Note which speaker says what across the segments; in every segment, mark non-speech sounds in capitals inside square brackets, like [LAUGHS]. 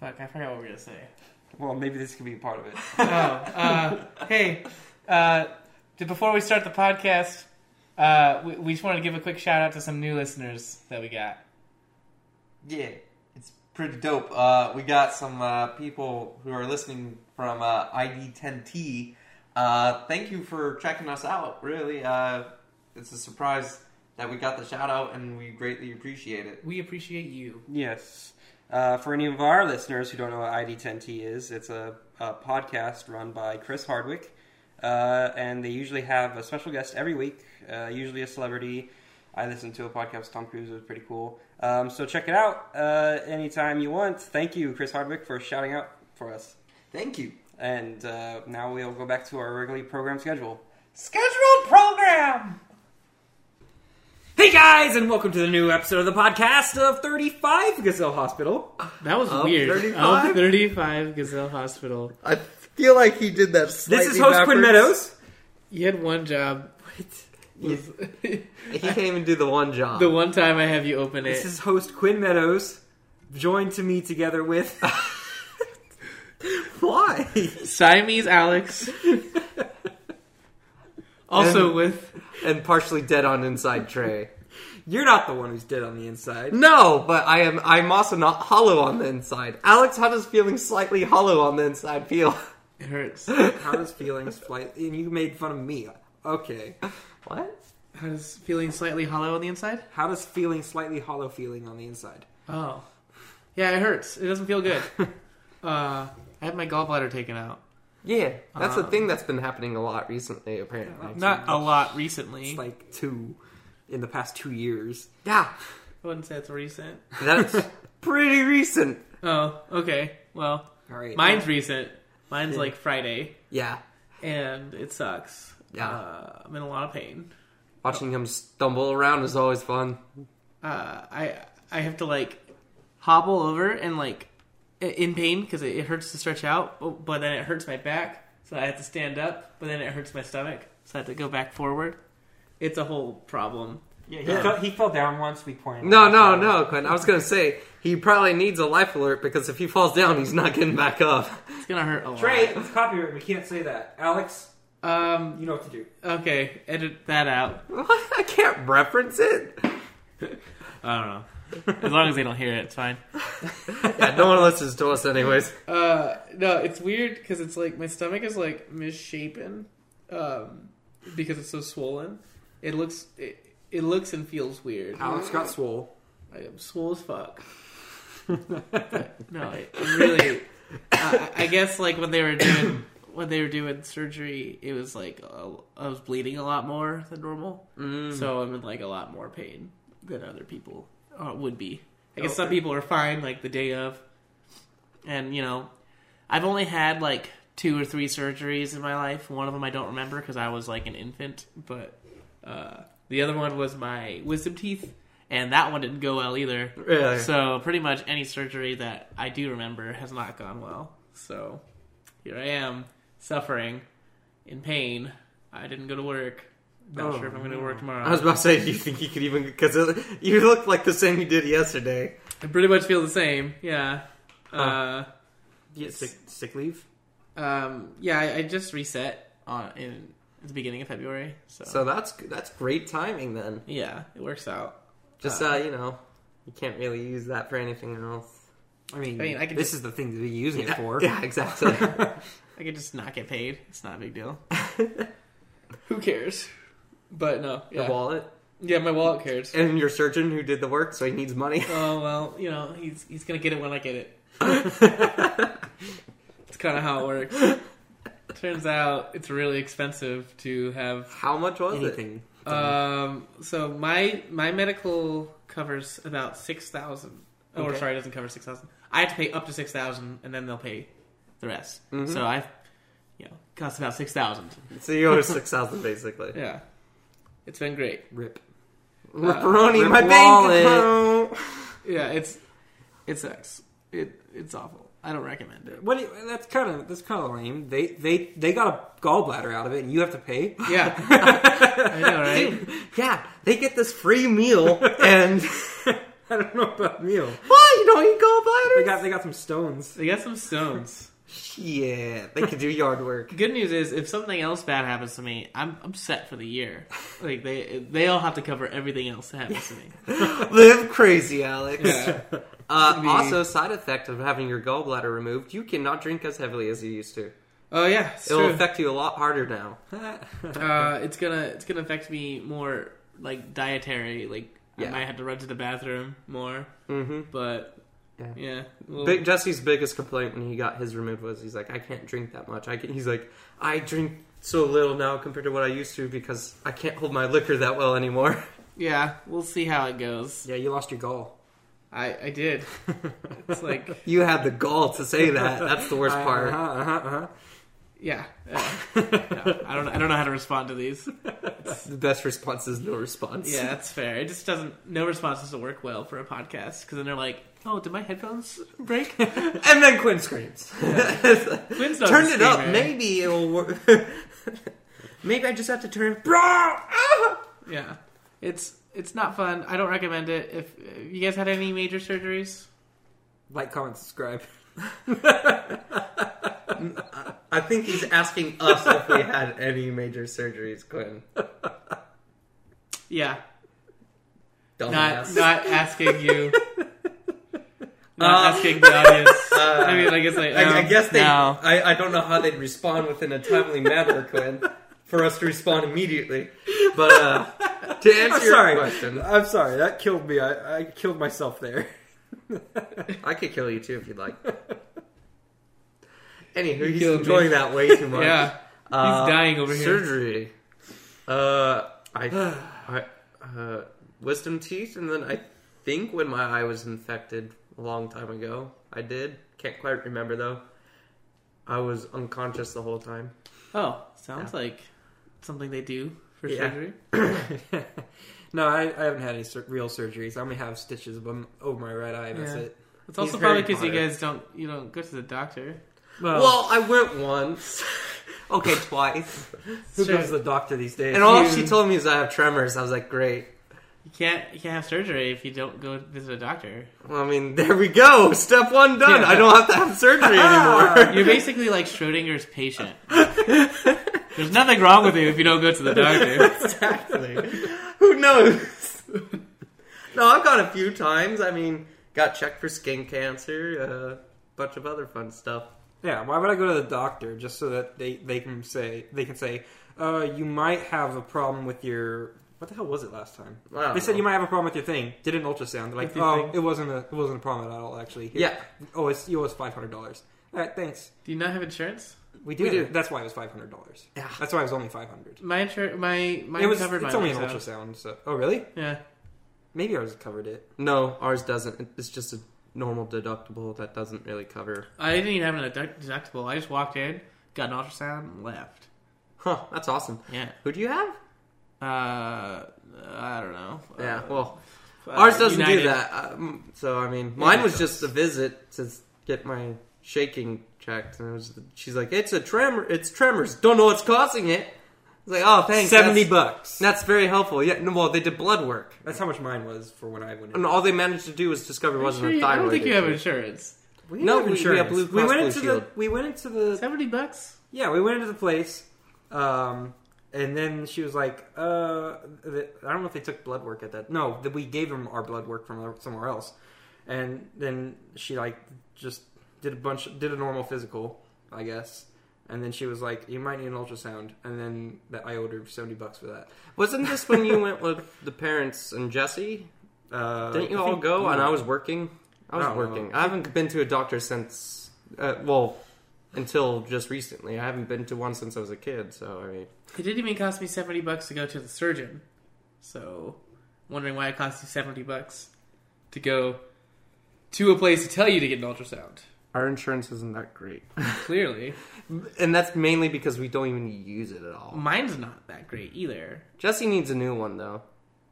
Speaker 1: Fuck, I forgot what we were gonna say.
Speaker 2: Well, maybe this could be part of it.
Speaker 1: oh, uh, hey, uh, d- before we start the podcast, uh, we, we just wanted to give a quick shout out to some new listeners that we got.
Speaker 2: Yeah, it's pretty dope. Uh, we got some uh, people who are listening from uh, ID10T. Uh, thank you for checking us out. Really, uh, it's a surprise that we got the shout out, and we greatly appreciate it.
Speaker 1: We appreciate you.
Speaker 3: Yes. Uh, for any of our listeners who don't know what ID10T is, it's a, a podcast run by Chris Hardwick, uh, and they usually have a special guest every week, uh, usually a celebrity. I listened to a podcast with Tom Cruise; it was pretty cool. Um, so check it out uh, anytime you want. Thank you, Chris Hardwick, for shouting out for us.
Speaker 2: Thank you.
Speaker 3: And uh, now we'll go back to our regularly program schedule.
Speaker 1: Scheduled program!
Speaker 3: Hey guys, and welcome to the new episode of the podcast of 35 Gazelle Hospital.
Speaker 1: That was
Speaker 2: Of
Speaker 1: weird.
Speaker 2: 35?
Speaker 1: Of 35 Gazelle Hospital.
Speaker 2: I feel like he did that.
Speaker 3: This is host Quinn Meadows.
Speaker 1: You had one job.
Speaker 2: Yeah.
Speaker 1: Was-
Speaker 2: He can't even do the one
Speaker 1: [LAUGHS]
Speaker 2: job.
Speaker 1: the one time I have you open it.
Speaker 3: This is host Quinn Meadows, joined to me together with [LAUGHS]
Speaker 2: Why? [LAUGHS]
Speaker 1: Siamese Alex. also
Speaker 2: And-
Speaker 1: with.
Speaker 2: and partially dead on inside Trey.
Speaker 3: You're not the one who's dead on the inside.
Speaker 2: No, but I am. I'm also not hollow on the inside. Alex Hunt is feeling slightly hollow on the inside. Feel [LAUGHS]
Speaker 1: It hurts.
Speaker 3: How does feelings fly? And you made fun of me. Okay.
Speaker 2: what?
Speaker 1: How does feeling slightly hollow on the inside?
Speaker 3: How does feeling slightly hollow feeling on the inside?
Speaker 1: Oh. Yeah, it hurts. It doesn't feel good. [LAUGHS] uh, I had my gallbladder taken out.
Speaker 2: Yeah, that's a
Speaker 1: Um,
Speaker 2: thing that's been happening a lot recently. Apparently,
Speaker 1: Not a lot
Speaker 3: It's
Speaker 1: recently.
Speaker 3: like two in the past two years.
Speaker 2: yeah,
Speaker 1: I wouldn't say it's recent.
Speaker 3: [LAUGHS]
Speaker 2: that's pretty recent.
Speaker 1: Oh, okay. Well,
Speaker 3: All right.
Speaker 1: mine's recent. Mine's like Friday,
Speaker 2: Yeah,
Speaker 1: and it sucks.
Speaker 2: Yeah.
Speaker 1: Uh, I'm in a lot of pain.
Speaker 2: watching him stumble around is always fun.
Speaker 1: Uh, I I have to like hobble over and like i- in pain because it, it hurts to stretch out, but, but then it hurts my back, so I have to stand up. But then it hurts my stomach, so I have to go back forward. It's a whole problem.
Speaker 3: Yeah, he,
Speaker 2: Yeah.
Speaker 3: Fell, he fell down once. We pointed.
Speaker 2: No,
Speaker 3: out.
Speaker 2: no, no, Quinn. I was gonna say he probably needs a life alert because if he falls down, he's not getting back up.
Speaker 1: It's gonna hurt a lot.
Speaker 3: Trey, it's copyright. We can't say that. Alex,
Speaker 1: Um.
Speaker 3: you know what to do.
Speaker 1: Okay. Edit that out.
Speaker 2: What? I can't reference it.
Speaker 1: I don't know. As long as they don't hear it, it's fine.
Speaker 2: Yeah, no one listens to us, anyways.
Speaker 1: Uh, no, it's weird because it's like my stomach is like misshapen, um, because it's so swollen. It looks it, it looks and feels weird.
Speaker 3: Alex got swole.
Speaker 1: I am swole as fuck. No, it, it really. I, I I guess like when they were doing when they were doing surgery, it was like uh, I was bleeding a lot more than normal,
Speaker 2: Mm.
Speaker 1: so I'm in like a lot more pain than other people uh, would be. I guess some people are fine like the day of, and you know, I've only had like two or three surgeries in my life. One of them I don't remember because I was like an infant, but uh, the other one was my wisdom teeth, and that one didn't go well either.
Speaker 2: Really?
Speaker 1: So pretty much any surgery that I do remember has not gone well. So here I am suffering in pain. I didn't go to work. Not
Speaker 2: Oh,
Speaker 1: sure if I'm going to work tomorrow.
Speaker 2: I was about to say, do you think you could even? Because you look like the same you did yesterday.
Speaker 1: I pretty much feel the same. Yeah. Uh,
Speaker 3: You get sick, sick leave.
Speaker 1: um, yeah. I, I just reset on in the beginning of February.
Speaker 2: So that's that's great timing. Then
Speaker 1: Yeah, it works out.
Speaker 2: just uh, you know, you can't really use that for anything else.
Speaker 3: I mean,
Speaker 1: I mean, I could
Speaker 3: this
Speaker 1: just-
Speaker 3: is the thing to be using it for.
Speaker 2: Yeah, [LAUGHS] exactly.
Speaker 1: I could just not get paid. It's not a big deal. [LAUGHS] Who cares? But no,
Speaker 2: Your
Speaker 1: yeah,
Speaker 2: wallet
Speaker 1: yeah, my wallet cares.
Speaker 2: and your surgeon who did the work, so he needs money. [LAUGHS]
Speaker 1: Oh well, you know he's he's gonna get it when I get it. It's kind of how it works. Turns out it's really expensive to have
Speaker 2: How much was Uh,
Speaker 3: Anything.
Speaker 1: Um, so my my medical covers about six thousand. Oh, or
Speaker 2: Okay.
Speaker 1: sorry, it doesn't cover six thousand. I have to pay up to six thousand, and then they'll pay the rest. So I, you know, costs about six thousand.
Speaker 2: it? So you owe six thousand basically.
Speaker 1: Yeah, it's been great.
Speaker 3: Rip.
Speaker 2: Pepperoni,
Speaker 3: Rip
Speaker 2: my bank
Speaker 3: wallet.
Speaker 2: account.
Speaker 1: Yeah, it's it sucks. It it's awful. I don't recommend it.
Speaker 3: What? do you- that's kind of that's kind of lame. They they they got a gallbladder out of it, and you have to [LAUGHS] pay.
Speaker 1: [LAUGHS] Yeah, I know, right?
Speaker 2: Yeah,
Speaker 1: [LAUGHS]
Speaker 2: they get this free meal and
Speaker 3: [LAUGHS] I don't know about meal.
Speaker 2: why you don't eat bladders?
Speaker 3: They got they got some stones.
Speaker 1: They got some stones.
Speaker 2: yeah, they can do yard work. [LAUGHS]
Speaker 1: Good news is, if something else bad happens to me, I'm I'm set for the year. Like they they all have to cover everything else that happens to me.
Speaker 2: Live crazy, Alex.
Speaker 1: Yeah.
Speaker 2: Uh,
Speaker 3: Me.
Speaker 2: also, side effect of having your gallbladder removed, you cannot drink as heavily as you used to.
Speaker 1: Oh yeah, it's
Speaker 2: It will
Speaker 1: true.
Speaker 2: affect you a lot harder now.
Speaker 1: uh, it's gonna it's gonna affect me more like dietary. Like
Speaker 2: Yeah.
Speaker 1: I might have to run to the bathroom more.
Speaker 2: mm-hmm.
Speaker 1: But
Speaker 2: Yeah.
Speaker 1: yeah, well,
Speaker 2: Big, Jesse's biggest complaint when he got his removed was he's like, I can't drink that much. I can, he's like, I drink so little now compared to what I used to because I can't hold my liquor that well anymore. [LAUGHS]
Speaker 1: yeah, we'll see how it goes.
Speaker 3: Yeah, you lost your gall.
Speaker 1: I I
Speaker 2: [LAUGHS]
Speaker 1: did. It's like
Speaker 2: you had the gall to say that. That's the worst part.
Speaker 3: Uh-huh, [LAUGHS] uh-huh,
Speaker 1: yeah. uh, no, I don't I don't know how to respond to these.
Speaker 2: The best response is no response.
Speaker 1: Yeah, that's fair. It just doesn't. No response doesn't work well for a podcast because then they're like, "Oh, did my headphones break?" [LAUGHS]
Speaker 2: And then Quinn screams.
Speaker 1: Quinn's not a
Speaker 2: turn it up.
Speaker 1: screamer.
Speaker 2: Maybe it'll
Speaker 3: [LAUGHS]
Speaker 2: work. Maybe I just have to turn it. Bro! Ah!
Speaker 1: Yeah, it's it's not fun. I don't recommend it. If, if you guys had any major surgeries,
Speaker 3: Like, comment, subscribe.
Speaker 2: I think he's asking us if we had any major surgeries, Quinn.
Speaker 1: yeah,
Speaker 2: Don't
Speaker 1: not
Speaker 2: ask.
Speaker 1: not asking
Speaker 2: [LAUGHS]
Speaker 1: you. Not asking the audience.
Speaker 2: Uh,
Speaker 1: I mean, I guess I,
Speaker 2: I, I
Speaker 1: um,
Speaker 2: guess they.
Speaker 1: no.
Speaker 2: I, I don't know how they'd respond within a timely manner, Quinn, for us to respond immediately. But [LAUGHS] uh, to answer
Speaker 3: I'm
Speaker 2: your
Speaker 3: sorry.
Speaker 2: question,
Speaker 3: [LAUGHS] I'm sorry. That killed me. I, I killed myself there.
Speaker 2: I could kill you too if you'd like. Anywho, he's
Speaker 1: killed me.
Speaker 2: enjoying that way too
Speaker 1: [LAUGHS]
Speaker 2: much.
Speaker 1: Yeah, he's
Speaker 2: Uh,
Speaker 1: dying over here.
Speaker 2: Surgery. Uh, I, [SIGHS] I uh, wisdom teeth, and then I think when my eye was infected a long time ago, I did. Can't quite remember though. I was unconscious the whole time. [COUGHS]
Speaker 1: Oh, sounds like something they do for
Speaker 2: Yeah.
Speaker 1: surgery.
Speaker 3: no, I, I haven't had any sur- real surgeries. I only have stitches ab- over my right eye. That's
Speaker 1: Yeah.
Speaker 3: it.
Speaker 1: It's also
Speaker 2: He's
Speaker 1: probably
Speaker 2: Harry
Speaker 1: because you
Speaker 2: Potter.
Speaker 1: guys don't you don't go to the doctor. Oh.
Speaker 2: Well, I
Speaker 1: [LAUGHS]
Speaker 2: went once. okay, twice.
Speaker 3: who
Speaker 1: sure.
Speaker 3: goes to the doctor these days?
Speaker 2: And all
Speaker 1: You-
Speaker 2: she told me is I have tremors. I was like, great.
Speaker 1: You can't you can't have surgery if you don't go visit a
Speaker 2: [LAUGHS]
Speaker 1: doctor.
Speaker 2: Well, I mean, there we go. Step one done.
Speaker 1: Yeah.
Speaker 2: I don't have to have [LAUGHS] surgery anymore.
Speaker 1: You're basically like Schrodinger's patient. There's nothing wrong with you if you don't go to the
Speaker 2: [LAUGHS]
Speaker 1: doctor.
Speaker 2: exactly. [LAUGHS] Who knows? [LAUGHS] no, I've gone a few times. I mean, got checked for skin cancer, a uh, bunch of other fun stuff.
Speaker 3: yeah, why would I go to the doctor just so that they, they can say they can say uh, you might have a problem with your what the hell was it last time?
Speaker 2: I don't
Speaker 3: They said
Speaker 2: know.
Speaker 3: you might have a problem with your thing. Did an ultrasound? They're like,
Speaker 1: With your
Speaker 3: oh,
Speaker 1: thing."
Speaker 3: it wasn't a it wasn't a problem at all. Actually, Here-
Speaker 2: Yeah.
Speaker 3: Oh, it's you owe us five hundred dollars. All right, thanks.
Speaker 1: Do you not have insurance?
Speaker 3: We do.
Speaker 2: do.
Speaker 3: That's why it was five hundred dollars.
Speaker 2: Yeah.
Speaker 3: That's why it was only five hundred.
Speaker 1: My insur- my mine
Speaker 3: It was.
Speaker 1: covered
Speaker 3: It's
Speaker 1: mine.
Speaker 3: only an
Speaker 1: so-
Speaker 3: ultrasound. So, oh really?
Speaker 1: Yeah.
Speaker 3: Maybe ours covered it.
Speaker 2: No, ours doesn't. It's just a normal deductible that doesn't really cover.
Speaker 1: I didn't even have a deduct- deductible. I just walked in, got an ultrasound, and left.
Speaker 2: Huh, that's awesome.
Speaker 1: Yeah.
Speaker 2: Who do you have?
Speaker 1: Uh, I don't know.
Speaker 2: Yeah,
Speaker 1: Uh,
Speaker 2: well,
Speaker 1: uh,
Speaker 2: ours doesn't
Speaker 1: United.
Speaker 2: do that. Um, so I mean, mine was
Speaker 1: it
Speaker 2: just a visit to get my shaking checked, and it was, she's like, "It's a tremor. It's tremors. Don't know what's causing it." I was like, "Oh, thanks.
Speaker 3: Seventy
Speaker 2: that's,
Speaker 3: bucks.
Speaker 2: That's very helpful." Yeah. No, well, they did blood work,
Speaker 3: That's how much mine was for when I went in.
Speaker 2: and all they managed to do was discover it
Speaker 1: Are you
Speaker 2: wasn't
Speaker 1: sure
Speaker 2: a
Speaker 1: you-
Speaker 2: thyroid.
Speaker 1: I don't think you have
Speaker 2: issue.
Speaker 1: insurance.
Speaker 3: We
Speaker 2: No,
Speaker 3: have
Speaker 2: we- we
Speaker 3: insurance.
Speaker 2: have Blue
Speaker 3: we
Speaker 2: Cross
Speaker 3: went
Speaker 2: Blue
Speaker 3: into the.
Speaker 2: Shield.
Speaker 3: We went into the.
Speaker 1: Seventy bucks.
Speaker 3: Yeah, we went into the place, um, and then she was like, uh, the, I don't know if they took blood work at that. No, that we gave them our blood work from somewhere else, and then she like just did a bunch, did a normal physical, I guess. And then she was like, "You might need an ultrasound." And then that I ordered seventy bucks for that.
Speaker 2: Wasn't this when you went with the parents and Jesse?
Speaker 3: Uh,
Speaker 2: Didn't you
Speaker 3: I
Speaker 2: all
Speaker 3: think-
Speaker 2: go? And I was working. I was
Speaker 3: I don't
Speaker 2: working.
Speaker 3: know.
Speaker 2: I haven't been to a doctor since. Uh, well, until just recently, I haven't been to one since I was a kid. So I mean,
Speaker 1: It didn't even cost me seventy bucks to go to the surgeon. So, wondering why it cost you seventy bucks to go to a place to tell you to get an ultrasound.
Speaker 2: our insurance isn't that great,
Speaker 1: Clearly,
Speaker 2: and that's mainly because we don't even use it at all.
Speaker 1: mine's not that great either.
Speaker 2: Jesse needs a new one though.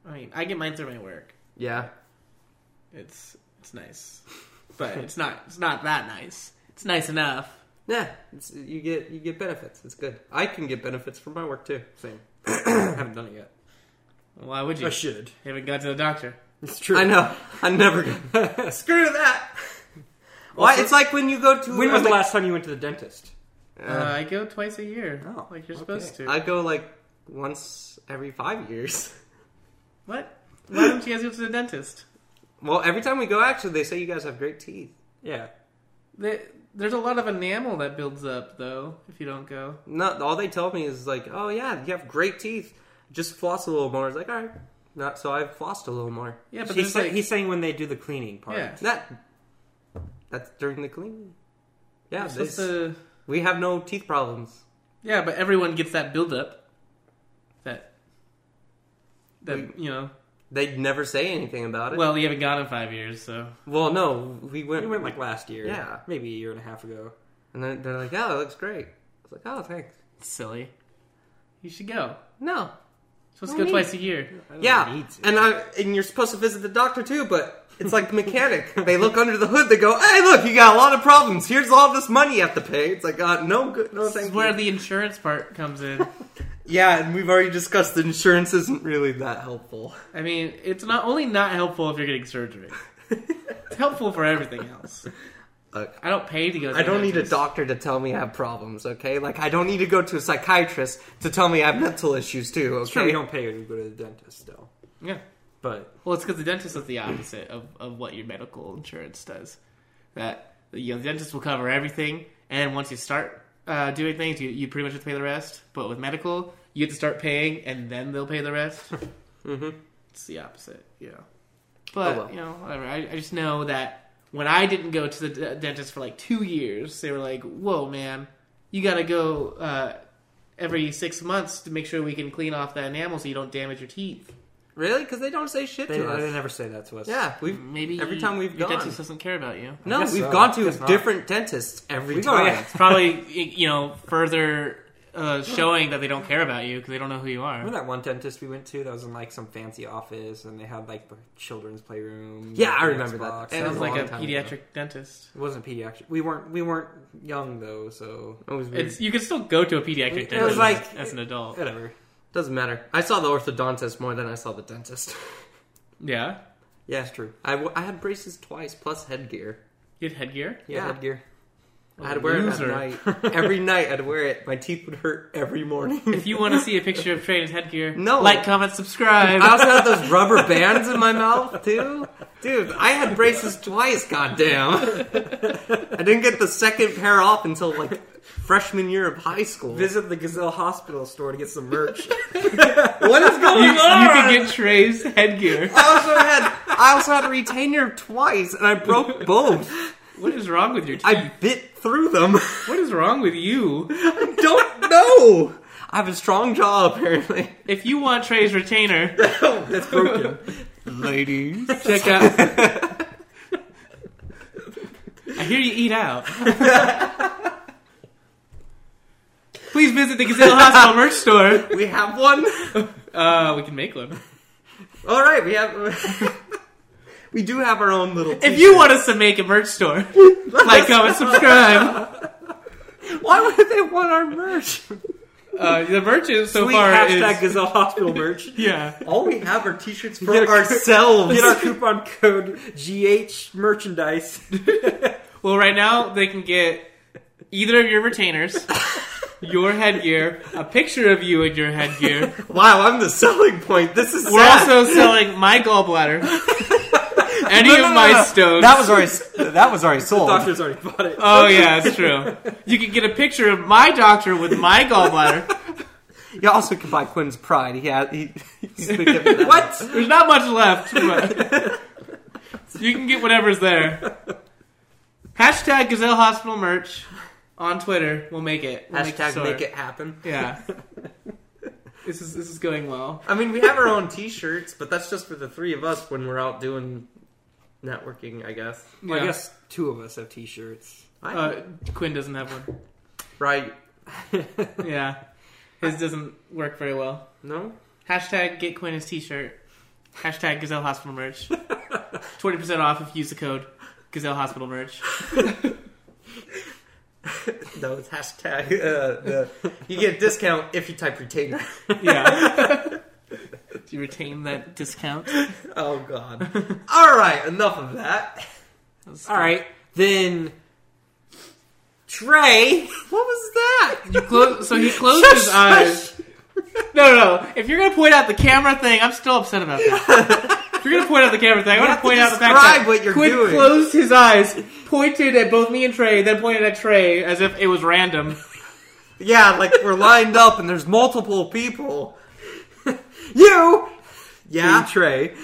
Speaker 1: I mean, I get mine through my work.
Speaker 2: Yeah,
Speaker 1: It's it's nice, but it's not it's not that nice. It's nice enough.
Speaker 2: yeah. It's, you get you get benefits. It's good. I can get benefits from my work too.
Speaker 3: Same. [COUGHS] haven't done it yet.
Speaker 1: Why would
Speaker 2: Oh,
Speaker 1: you?
Speaker 3: I should.
Speaker 2: [LAUGHS]
Speaker 1: haven't got to the doctor.
Speaker 3: It's true. [LAUGHS]
Speaker 2: I know. I never.
Speaker 3: know.
Speaker 2: [LAUGHS] Screw that.
Speaker 4: Why?
Speaker 1: Also-
Speaker 4: it's like when you go to.
Speaker 3: When was the
Speaker 4: like-
Speaker 3: last time you went to the dentist?
Speaker 1: Uh, I go twice a year,
Speaker 4: Oh,
Speaker 1: like you're
Speaker 4: okay.
Speaker 1: supposed to.
Speaker 2: I go like once every five years. [LAUGHS]
Speaker 1: What? Why don't you guys go to the dentist?
Speaker 2: Well, every time we go, actually, they say you guys have great teeth.
Speaker 3: Yeah.
Speaker 1: There, there's a lot of enamel that builds up though if you don't go.
Speaker 2: No, all they tell me is like, oh yeah, you have great teeth. Just floss a little more. It's like, all right, not so I've flossed a little more.
Speaker 1: Yeah, but there's
Speaker 3: he's, sa-
Speaker 1: like
Speaker 3: he's saying when they do the cleaning part.
Speaker 1: yeah.
Speaker 2: That that's during the cleaning. Yeah,
Speaker 1: You're supposed
Speaker 2: Ah, this,
Speaker 1: to-
Speaker 2: we have no teeth problems.
Speaker 1: yeah, but everyone gets that buildup. That that you know.
Speaker 2: They never say anything about it. Well,
Speaker 1: Well, you haven't gone in five years, so
Speaker 2: no, we went.
Speaker 3: We went like last year.
Speaker 2: Yeah.
Speaker 3: Maybe a year and a half ago.
Speaker 2: and then they're like, "Oh, it looks great." I was like, "Oh, thanks."
Speaker 1: silly. You should go.
Speaker 2: No,
Speaker 1: Supposed to
Speaker 2: No
Speaker 1: go
Speaker 2: need.
Speaker 1: twice a year.
Speaker 3: I don't
Speaker 2: yeah,
Speaker 3: need to.
Speaker 2: and I and you're supposed to visit the doctor too, but it's like the mechanic. [LAUGHS] they look under the hood. They go, "Hey, look, you got a lot of problems. Here's all this money you have to pay." It's like, uh, no, good, no,
Speaker 1: This is
Speaker 2: thank you.
Speaker 1: where the insurance part comes
Speaker 2: [LAUGHS]
Speaker 1: in.
Speaker 2: Yeah, and we've already discussed the insurance isn't really that helpful.
Speaker 1: I mean, it's not only not helpful if you're getting surgery. It's helpful for everything else.
Speaker 2: Uh,
Speaker 1: I don't pay to go. To
Speaker 2: I don't
Speaker 1: the
Speaker 2: need a
Speaker 1: dentist.
Speaker 2: doctor to tell me I have problems, okay? Like, I don't need to go to a psychiatrist to tell me I have mental issues, too,
Speaker 3: Sure, we
Speaker 2: okay?
Speaker 3: don't pay when you go to the dentist, though.
Speaker 1: Yeah.
Speaker 3: But
Speaker 1: Well, it's because the dentist is the opposite of, of what your medical insurance does. That you know, the dentist will cover everything, and once you start uh, doing things, you, you pretty much have to pay the rest. But with medical, you have to start paying, and then they'll pay the rest.
Speaker 2: Mhm.
Speaker 1: It's the opposite, you know. But
Speaker 2: Oh, well.
Speaker 1: you know, whatever. I, I just know that when I didn't go to the d- dentist for like two years, they were like, "Whoa, man, you got to go uh, every six months to make sure we can clean off that enamel so you don't damage your teeth."
Speaker 2: Really? Because they don't say shit
Speaker 3: they,
Speaker 2: to
Speaker 3: they
Speaker 2: us.
Speaker 3: never say that to us.
Speaker 2: Yeah, we've...
Speaker 1: Maybe
Speaker 2: Every time we've
Speaker 1: your
Speaker 2: gone.
Speaker 1: dentist doesn't care about you.
Speaker 2: No, we've
Speaker 3: guess so.
Speaker 2: gone to
Speaker 3: Guess not.
Speaker 2: different dentists every
Speaker 3: We go-
Speaker 2: time.
Speaker 3: yeah.
Speaker 1: It's probably you know further uh, showing that they don't care about you because they don't know who you are.
Speaker 3: Remember that one dentist we went to that was in like some fancy office and they had like the children's playroom?
Speaker 2: Yeah,
Speaker 3: like,
Speaker 2: I
Speaker 3: the
Speaker 2: remember that.
Speaker 3: Xbox,
Speaker 2: And
Speaker 1: Sounds
Speaker 2: a
Speaker 1: like
Speaker 2: long
Speaker 1: a
Speaker 2: time ago.
Speaker 1: pediatric dentist.
Speaker 3: It wasn't pediatric. We weren't we weren't young though, so
Speaker 2: It was weird.
Speaker 1: It's you can still go to a pediatric
Speaker 3: It
Speaker 1: dentist
Speaker 3: was like-
Speaker 1: as an adult.
Speaker 3: whatever.
Speaker 2: Doesn't matter. I saw the orthodontist more than I saw the dentist. [LAUGHS]
Speaker 1: Yeah,
Speaker 2: yeah, it's true. I, w- I had braces twice, plus headgear.
Speaker 1: you had headgear.
Speaker 3: Yeah,
Speaker 2: Yeah.
Speaker 3: headgear.
Speaker 2: I had to wear
Speaker 1: Loser.
Speaker 3: [LAUGHS]
Speaker 2: it at night. every night I'd wear it. My teeth would hurt every morning.
Speaker 3: [LAUGHS]
Speaker 1: If you want to see a picture of Trey in his headgear,
Speaker 2: No.
Speaker 1: like, comment, subscribe.
Speaker 2: I also had those rubber bands in my mouth too. Dude, I had braces twice, goddamn. I didn't get the second pair off until like freshman year of high school.
Speaker 3: Visit the Gazelle Hospital store to get some merch.
Speaker 2: [LAUGHS] what is
Speaker 1: you,
Speaker 2: going
Speaker 1: you
Speaker 2: on?
Speaker 1: can get Trey's headgear.
Speaker 2: [LAUGHS] I also had I also had a retainer twice and I broke both.
Speaker 1: What is wrong with your teeth?
Speaker 2: I bit through them. [LAUGHS]
Speaker 1: what is wrong with you?
Speaker 2: I don't know. I have a strong jaw apparently.
Speaker 1: If you want Trey's retainer,
Speaker 2: That's [LAUGHS] broken.
Speaker 3: [LAUGHS]
Speaker 2: Ladies.
Speaker 1: check out. I hear you eat out. [LAUGHS] Please visit the Gazelle Hospital merch store.
Speaker 2: We have one.
Speaker 1: Uh, we can make one.
Speaker 2: Alright, we have [LAUGHS] We do have our own little
Speaker 1: If you want us to make a merch
Speaker 2: [LAUGHS]
Speaker 1: store, like, comment, subscribe.
Speaker 2: Why would they want our merch?
Speaker 1: Uh, the merch is so
Speaker 3: Sweet
Speaker 1: far
Speaker 3: hashtag
Speaker 1: is
Speaker 3: Gazelle Hospital
Speaker 2: [LAUGHS]
Speaker 3: merch.
Speaker 1: yeah.
Speaker 2: All we have are
Speaker 3: [LAUGHS]
Speaker 2: t-shirts for
Speaker 3: get a-
Speaker 2: ourselves.
Speaker 3: Get our coupon code GH merchandise.
Speaker 2: [LAUGHS]
Speaker 1: Well, right now they can get either of your retainers, your headgear, a picture of you in your headgear.
Speaker 2: [LAUGHS] wow, I'm the selling point. This is
Speaker 1: We're
Speaker 2: sad.
Speaker 1: also selling my gallbladder,
Speaker 2: [LAUGHS]
Speaker 1: any
Speaker 2: No, no,
Speaker 1: of
Speaker 2: no,
Speaker 1: my
Speaker 2: no.
Speaker 1: stones.
Speaker 2: That was already that was [LAUGHS] already sold.
Speaker 3: Doctor's already bought it.
Speaker 1: Oh yeah, that's true. You can get a picture of my doctor with my gallbladder.
Speaker 2: You also can buy Quinn's pride. He had he, he's
Speaker 3: [LAUGHS]
Speaker 2: been giving that
Speaker 3: [LAUGHS] What?
Speaker 1: There's not much left, but you can get whatever's there. Hashtag Gazelle Hospital merch on Twitter. We'll make it. We'll make, the
Speaker 2: Hashtag
Speaker 1: store.
Speaker 2: make it happen.
Speaker 1: Yeah. This is this is going well.
Speaker 2: I mean, we have our own T-shirts, but that's just for the three of us when we're out doing networking. I guess.
Speaker 3: Well, I
Speaker 1: Yeah.
Speaker 3: guess two of us have T-shirts.
Speaker 2: I,
Speaker 1: Uh, Quinn doesn't have one.
Speaker 2: right?
Speaker 1: Yeah, his doesn't work very well.
Speaker 2: No.
Speaker 1: Hashtag get Quinn his t-shirt. Hashtag Gazelle Hospital
Speaker 3: [LAUGHS]
Speaker 1: merch. Twenty percent off if you use the code Gazelle Hospital merch.
Speaker 2: No, it's hashtag. Uh, the, you get a discount if you type retainer.
Speaker 1: Yeah. [LAUGHS] Do you retain that discount?
Speaker 2: [LAUGHS] Oh God! All right, enough of that.
Speaker 3: All right. Then Trey,
Speaker 1: What was that? You
Speaker 2: [LAUGHS]
Speaker 1: close, so he closed [LAUGHS] his
Speaker 3: Shush,
Speaker 1: eyes.
Speaker 3: shush.
Speaker 1: No, no, no. If you're gonna point out the camera thing, I'm still upset about that. if you're gonna point out the camera thing, I want
Speaker 3: have
Speaker 1: to
Speaker 3: to
Speaker 1: point out the fact
Speaker 3: describe
Speaker 1: that
Speaker 3: what you're
Speaker 1: Quinn
Speaker 3: doing.
Speaker 1: closed his eyes, pointed at both me and Trey, then pointed at Trey as if it was random.
Speaker 3: [LAUGHS] yeah, like we're lined up and there's multiple
Speaker 2: [LAUGHS]
Speaker 3: people. you,
Speaker 2: Yeah.
Speaker 3: yeah, Trey,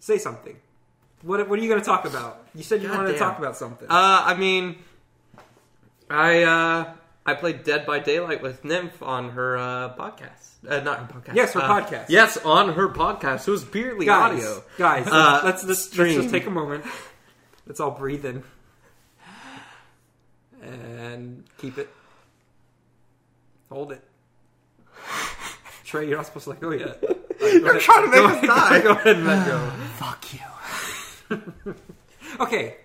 Speaker 3: say something. What What are you going to talk about? You said you
Speaker 2: God
Speaker 3: wanted to
Speaker 2: damn.
Speaker 3: talk about something.
Speaker 2: Uh, I mean, I uh, I played Dead by Daylight with Nymph on her uh, podcast. Uh, not her podcast.
Speaker 3: Yes, her
Speaker 2: Uh,
Speaker 3: podcast.
Speaker 2: Yes, on her podcast. It was purely
Speaker 3: guys,
Speaker 2: audio.
Speaker 3: guys,
Speaker 2: Uh,
Speaker 3: let's, let's, just, let's
Speaker 2: stream.
Speaker 3: just take a moment. Let's all breathe in and keep it. Hold it. Trey, you're not supposed to let go yet.
Speaker 2: [LAUGHS] You're trying to make us die.
Speaker 3: [LAUGHS]
Speaker 2: Go ahead and let go.
Speaker 3: Fuck you. okay,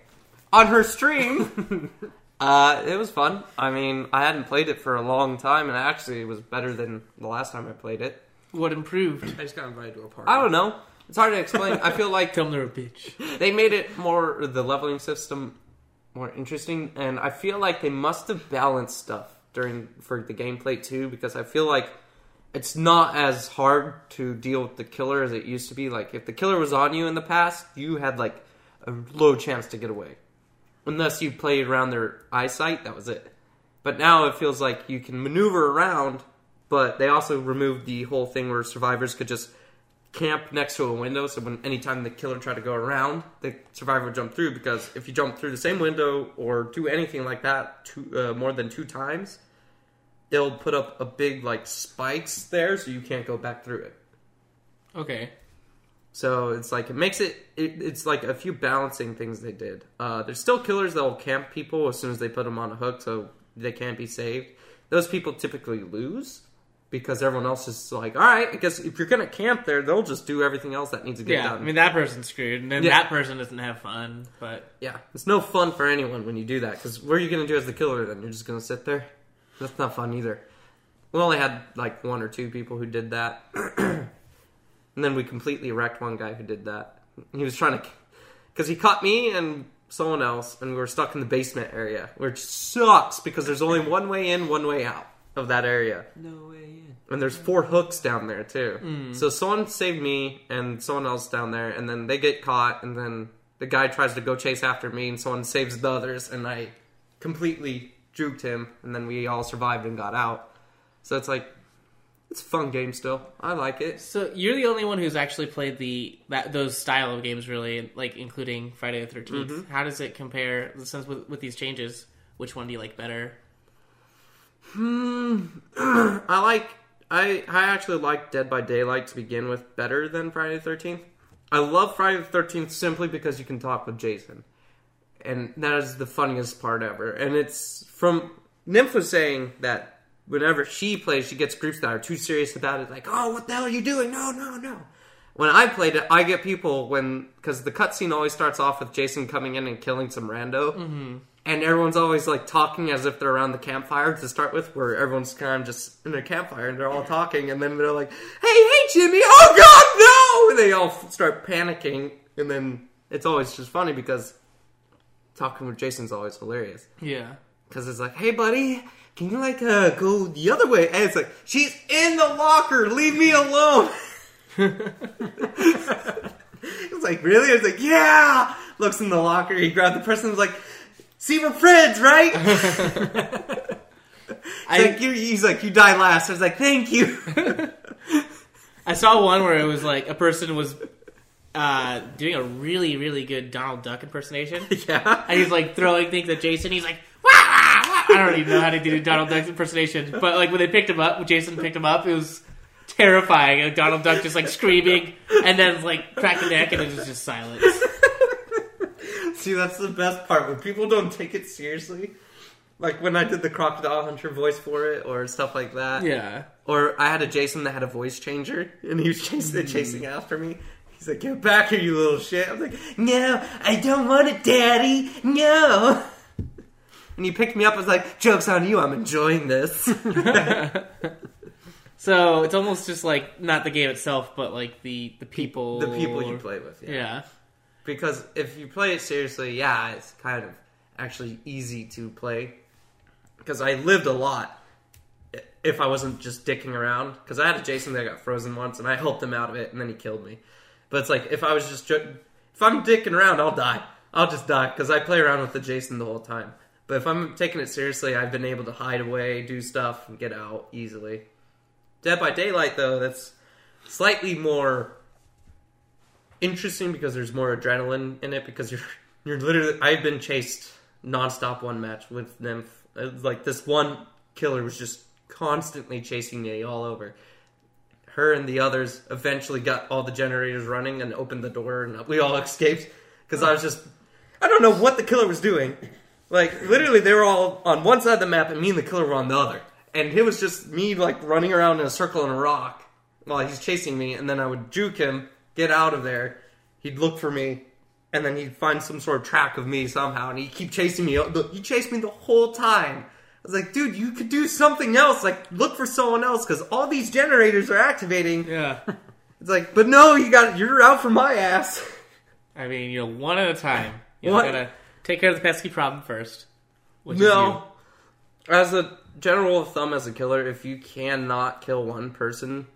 Speaker 2: on her stream. [LAUGHS] uh, it was fun. I mean, I hadn't played it for a long time, and actually, it was better than the last time I played it.
Speaker 1: What improved?
Speaker 3: I just got invited to a party.
Speaker 2: I don't know. It's hard to explain. I feel like
Speaker 1: Tell them they're a bitch.
Speaker 2: they made it more the leveling system more interesting, and I feel like they must have balanced stuff during for the gameplay too, because I feel like it's not as hard to deal with the killer as it used to be. Like if the killer was on you in the past, you had like a low chance to get away, unless you played around their eyesight. That was it. But now it feels like you can maneuver around, but they also removed the whole thing where survivors could just camp next to a window. So when anytime the killer tried to go around, the survivor would jump through because if you jump through the same window or do anything like that two, uh, more than two times, it'll put up a big like spikes there, so you can't go back through it.
Speaker 1: Okay.
Speaker 2: So it's like it makes it, it it's like a few balancing things they did. Uh, there's still killers that will camp people as soon as they put them on a hook, so they can't be saved. Those people typically lose because everyone else is like, all right, I guess if you're gonna camp there, they'll just do everything else that needs to get
Speaker 1: Yeah, I
Speaker 2: done.
Speaker 1: mean that person's screwed, and then
Speaker 2: Yeah.
Speaker 1: that person doesn't have fun. But
Speaker 2: yeah, it's no fun for anyone when you do that because what are you gonna do as the killer then? You're just gonna sit there. That's not fun either. We only had like one or two people who did that, [CLEARS THROAT] and then we completely wrecked one guy who did that. He was trying to, because he caught me and someone else, and we were stuck in the basement area, which sucks because there's only one way in, one way out of that area,
Speaker 3: No way in.
Speaker 2: and there's four hooks down there too. So someone saved me and someone else down there, and then they get caught, and then the guy tries to go chase after me, and someone saves the others, and I completely juked him, and then we all survived and got out. So it's like. It's a fun game still. I like it.
Speaker 1: so you're the only one who's actually played the that those style of games, really, like including Friday the 13th How does it compare? Since with, with these changes, which one do you like better?
Speaker 2: I like I I actually like Dead by Daylight to begin with better than Friday the Thirteenth. I love Friday the Thirteenth simply because you can talk with Jason, and that is the funniest part ever. And it's from Nymph was saying that whenever she plays, she gets groups that are too serious about it, like "Oh, what the hell are you doing? No, no, no." When I played it, I get people when because the cutscene always starts off with Jason coming in and killing some rando and everyone's always like talking as if they're around the campfire to start with, where everyone's kind of just in a campfire and they're all talking, and then they're like, "Hey, hey, Jimmy! Oh God, no!" And they all f- start panicking, and then it's always just funny because talking with Jason's always hilarious
Speaker 1: Yeah.
Speaker 2: because it's like, "Hey, buddy." Can you like uh, go the other way? And it's like she's in the locker. Leave me alone. [LAUGHS] It's like, really? I was like, yeah. Looks in the locker. He grabbed the person. Was like, see, we're friends, right?
Speaker 1: I-
Speaker 2: like, you, he's like, you die last. I was like, thank you. [LAUGHS]
Speaker 1: I saw one where it was like a person was uh, doing a really, really good Donald Duck impersonation.
Speaker 2: yeah.
Speaker 1: And he's like throwing things at Jason. He's like, wah, wah, wah." I don't even know how to do Donald Duck's impersonation. But like when they picked him up, when Jason picked him up, it was terrifying. And Donald Duck just like screaming and then like cracked the neck and it was just silence.
Speaker 2: See, that's the best part when people don't take it seriously. Like when I did the crocodile hunter voice for it, or stuff like that.
Speaker 1: Yeah. [LAUGHS]
Speaker 2: Or I had a Jason that had a voice changer, and he was chasing, chasing after me. He's like, "Get back here, you little shit!" I'm like, "No, I don't want it, Daddy. No." And he picked me up. I was like, "Jokes on you. I'm enjoying this." [LAUGHS]
Speaker 1: So it's almost just like not the game itself, but like the the people,
Speaker 2: the people you play with, yeah.
Speaker 1: Yeah.
Speaker 2: because if you play it seriously, yeah, it's kind of actually easy to play. Because I lived a lot i- if I wasn't just dicking around. Because I had a Jason that got frozen once, and I helped him out of it, and then he killed me. But it's like if I was just jo- if I'm dicking around, I'll die. I'll just die because I play around with the Jason the whole time. But if I'm taking it seriously, I've been able to hide away, do stuff, and get out easily. Dead by Daylight, though, that's slightly more interesting because there's more adrenaline in it because you're [LAUGHS] you're literally I've been chased nonstop one match with them Uh, like this one killer was just constantly chasing me all over. Her and the others eventually got all the generators running and opened the door and we all [LAUGHS] escaped because I was just I don't know what the killer was doing. Like literally they were all on one side of the map and me and the killer were on the other. And it was just me like running around in a circle on a rock while he's chasing me, and then I would juke him, get out of there. He'd look for me, and then he'd find some sort of track of me somehow, and he'd keep chasing me. He chased me the whole time. I was like, dude, you could do something else. Like, look for someone else, because all these generators are activating.
Speaker 1: Yeah.
Speaker 2: It's like, but no, you got you're out for my ass.
Speaker 1: [LAUGHS]
Speaker 2: [LAUGHS]
Speaker 1: I mean, you know, one at a time. You know,
Speaker 2: What?
Speaker 1: gotta take care of the pesky problem first. Which Is you.
Speaker 2: No. As a general rule of thumb, as a killer, if you cannot kill one person,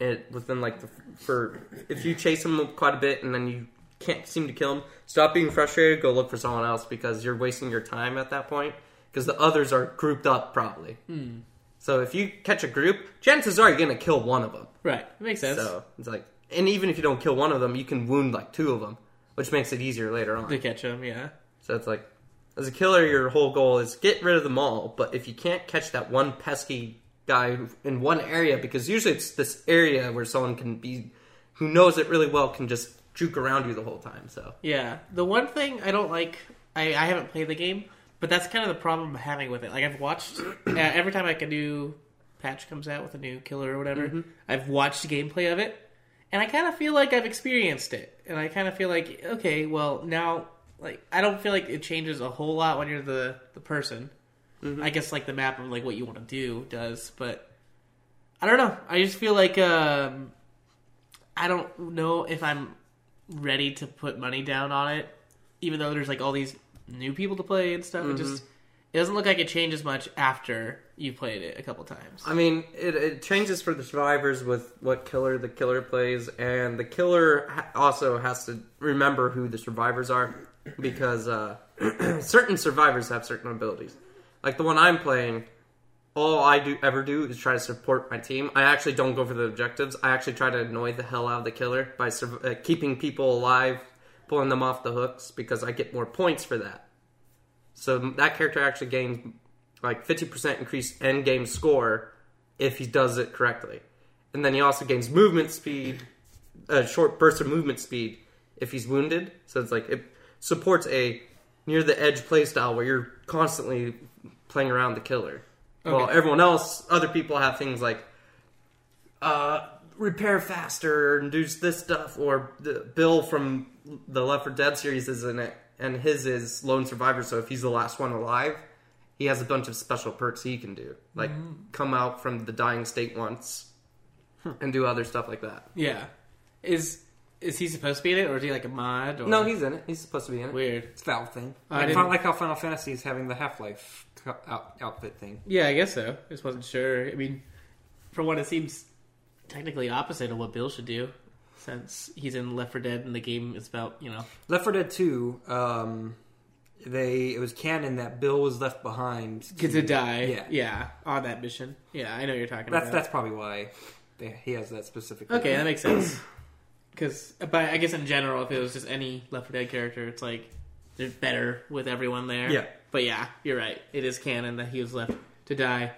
Speaker 2: it within like the for if you chase him quite a bit and then you can't seem to kill him, stop being frustrated. Go look for someone else because you're wasting your time at that point because the others are grouped up probably. So if you catch a group, chances are you're gonna kill one of them.
Speaker 1: Right. It makes sense.
Speaker 2: So it's like, and even if you don't kill one of them, you can wound like two of them, which makes it easier later on.
Speaker 1: To catch him, yeah.
Speaker 2: So it's like, as a killer, your whole goal is get rid of them all. But if you can't catch that one pesky guy in one area, because usually it's this area where someone can be, who knows it really well, can just juke around you the whole time. So
Speaker 1: Yeah. The one thing I don't like, I, I haven't played the game, but that's kind of the problem I'm having with it. Like, I've watched, [CLEARS THROAT] uh, every time like a new patch comes out with a new killer or whatever, I've watched gameplay of it, and I kind of feel like I've experienced it. And I kind of feel like, okay, well, now, like, I don't feel like it changes a whole lot when you're the, the person. I guess, like, the map of, like, what you want to do does, but I don't know. I just feel like, um, I don't know if I'm ready to put money down on it, even though there's like all these new people to play and stuff. It just it doesn't look like it changes much after you played it a couple times.
Speaker 2: I mean, it, it changes for the survivors with what killer the killer plays, and the killer ha- also has to remember who the survivors are because uh, [CLEARS THROAT] certain survivors have certain abilities. Like the one I'm playing, all I do ever do is try to support my team. I actually don't go for the objectives. I actually try to annoy the hell out of the killer by sur- uh, keeping people alive, pulling them off the hooks because I get more points for that. So that character actually gains like 50% increased end game score if he does it correctly. And then he also gains movement speed, a short burst of movement speed if he's wounded. So it's like it supports a near the edge playstyle where you're constantly playing around the killer. While everyone else, other people have things like uh, repair faster and do this stuff. Or the, Bill from the Left 4 Dead series is in it, and his is lone survivor. So if he's the last one alive, he has a bunch of special perks he can do, like come out from the dying state once, and do other stuff like that.
Speaker 1: yeah, is is he supposed to be in it, or is he like a mod? Or...
Speaker 2: No, he's in it. He's supposed to be in it.
Speaker 1: weird.
Speaker 3: It's that thing.
Speaker 1: I
Speaker 3: I,
Speaker 1: didn't-
Speaker 3: like how Final Fantasy is having the Half Life out- outfit thing.
Speaker 1: Yeah, I guess so. I just wasn't sure. I mean, for one, it seems technically opposite of what Bill should do, since he's in Left 4 Dead and the game is about you know.
Speaker 3: Left 4 Dead 2, um, they it was canon that Bill was left behind.
Speaker 1: Get to die,
Speaker 3: Yeah.
Speaker 1: yeah, on that mission. Yeah, I know what you're talking
Speaker 3: That's
Speaker 1: about.
Speaker 3: that's probably why they, he has that specific.
Speaker 1: Okay, that makes
Speaker 2: [CLEARS THROAT]
Speaker 1: sense. Because, but I guess in general, if it was just any Left 4 Dead character, it's like they're better with everyone there.
Speaker 2: Yeah.
Speaker 1: But yeah, you're right. It is canon that he was left to die.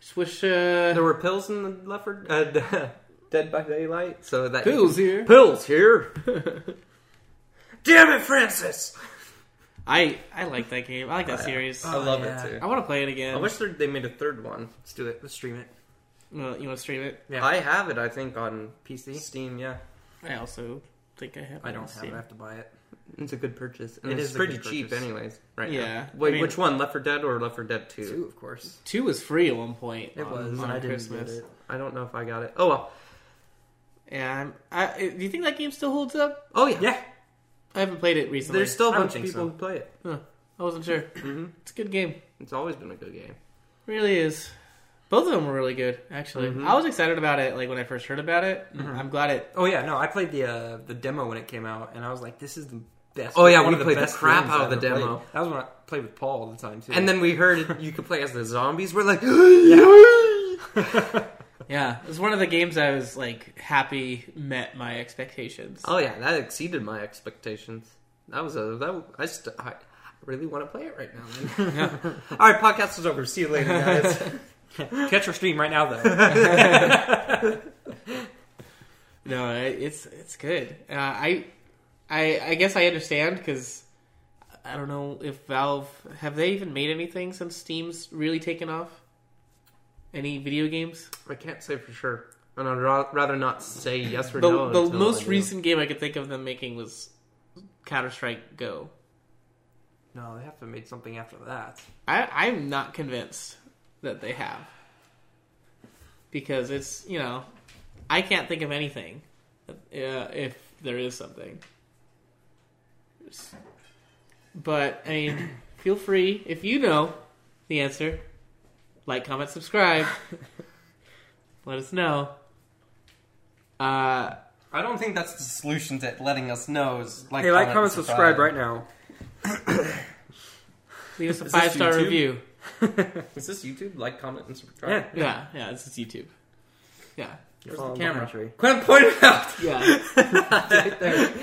Speaker 1: Just wish uh,
Speaker 2: There were pills in the leopard uh, [LAUGHS] Dead by Daylight, so that
Speaker 1: pills here.
Speaker 2: Pills here. [LAUGHS] Damn it, Francis!
Speaker 1: I I like that game. I like that series.
Speaker 2: I love
Speaker 3: yeah.
Speaker 2: it
Speaker 1: I
Speaker 2: too.
Speaker 1: want to play it again.
Speaker 2: Oh, Uh, I wish there- they made a third one.
Speaker 3: Let's do it. Let's stream it.
Speaker 1: Well, you want to stream it?
Speaker 3: Yeah.
Speaker 2: I have it, I think, on PC, Steam. Yeah,
Speaker 1: I also think I have. it
Speaker 3: I
Speaker 1: on
Speaker 3: don't have it.
Speaker 1: Steam.
Speaker 3: I have to buy it.
Speaker 2: it's a good purchase.
Speaker 3: It
Speaker 2: And it's
Speaker 3: is a
Speaker 2: pretty
Speaker 3: good
Speaker 2: cheap,
Speaker 3: purchase.
Speaker 2: anyways. Right?
Speaker 1: Yeah.
Speaker 2: Now. Wait,
Speaker 1: I mean-
Speaker 2: which one? Left 4 Dead or Left 4 Dead 2?
Speaker 3: Two, of course.
Speaker 1: Two was free at one point.
Speaker 2: It
Speaker 1: on-
Speaker 2: was.
Speaker 1: on
Speaker 2: I didn't
Speaker 1: Christmas.
Speaker 2: get it. I don't know if I got it. Oh well.
Speaker 1: And I, I, do you think that game still holds up?
Speaker 2: Oh yeah.
Speaker 3: Yeah,
Speaker 1: I haven't played it recently.
Speaker 2: There's still Mm-hmm. a
Speaker 1: I don't
Speaker 2: bunch of
Speaker 1: think
Speaker 2: people who
Speaker 1: so.
Speaker 2: play it.
Speaker 1: Huh. I wasn't
Speaker 2: [CLEARS THROAT]
Speaker 1: sure. It's a good game.
Speaker 2: It's always been a good game.
Speaker 1: Really is. Both of them were really good, actually.
Speaker 2: Mm-hmm.
Speaker 1: I was excited about it, like when I first heard about it. I'm glad it.
Speaker 3: Oh yeah, no, I played the uh, the demo when it came out, and I was like, "This is the best."
Speaker 2: Oh, yeah,
Speaker 3: one
Speaker 2: we
Speaker 3: of
Speaker 2: played the
Speaker 3: best
Speaker 2: crap
Speaker 3: games
Speaker 2: out of
Speaker 3: I've
Speaker 2: the
Speaker 3: ever
Speaker 2: demo.
Speaker 3: played. That was when I played with Paul all the time too.
Speaker 2: And [LAUGHS] then we heard you could play as the zombies. We're like, [GASPS]
Speaker 1: Yeah, it was one of the games I was like happy met my expectations.
Speaker 2: oh yeah, that exceeded my expectations. That was a that I st- I really want to play it right now. [LAUGHS] Man. All right, podcast is over. See you later, [LAUGHS] guys.
Speaker 3: catch your stream right now though.
Speaker 2: [LAUGHS]
Speaker 1: No, it- it's it's good. Uh, I, I I guess I understand because I don't know if Valve have they even made anything since Steam's really taken off. Any video games?
Speaker 2: I can't say for sure, and I'd ra- rather not say yes or
Speaker 1: The,
Speaker 2: no.
Speaker 1: the
Speaker 2: until I
Speaker 1: most
Speaker 2: do.
Speaker 1: recent game I could think of them making was Counter Strike Go.
Speaker 3: no, they have to have made something after
Speaker 2: [LAUGHS]
Speaker 3: that.
Speaker 1: I, I'm not convinced that they have. Because it's, you know, I can't think of anything uh, if there is something. But, I mean,
Speaker 2: [COUGHS]
Speaker 1: feel free, if you know the answer, like, comment,
Speaker 2: [LAUGHS]
Speaker 1: subscribe. Let us know. Uh,
Speaker 5: I don't think that's the solution to letting us know. Is like
Speaker 3: hey, like, comment, subscribe right now.
Speaker 1: leave us a
Speaker 2: Is this
Speaker 1: five star
Speaker 2: YouTube?
Speaker 1: review.
Speaker 2: Is this YouTube? Like, comment, and subscribe.
Speaker 3: Yeah,
Speaker 1: Yeah, yeah, this is YouTube. Yeah.
Speaker 3: Where's
Speaker 2: the camera?
Speaker 3: Tree.
Speaker 2: Quinn pointed out. [LAUGHS]
Speaker 1: Yeah.
Speaker 2: right there.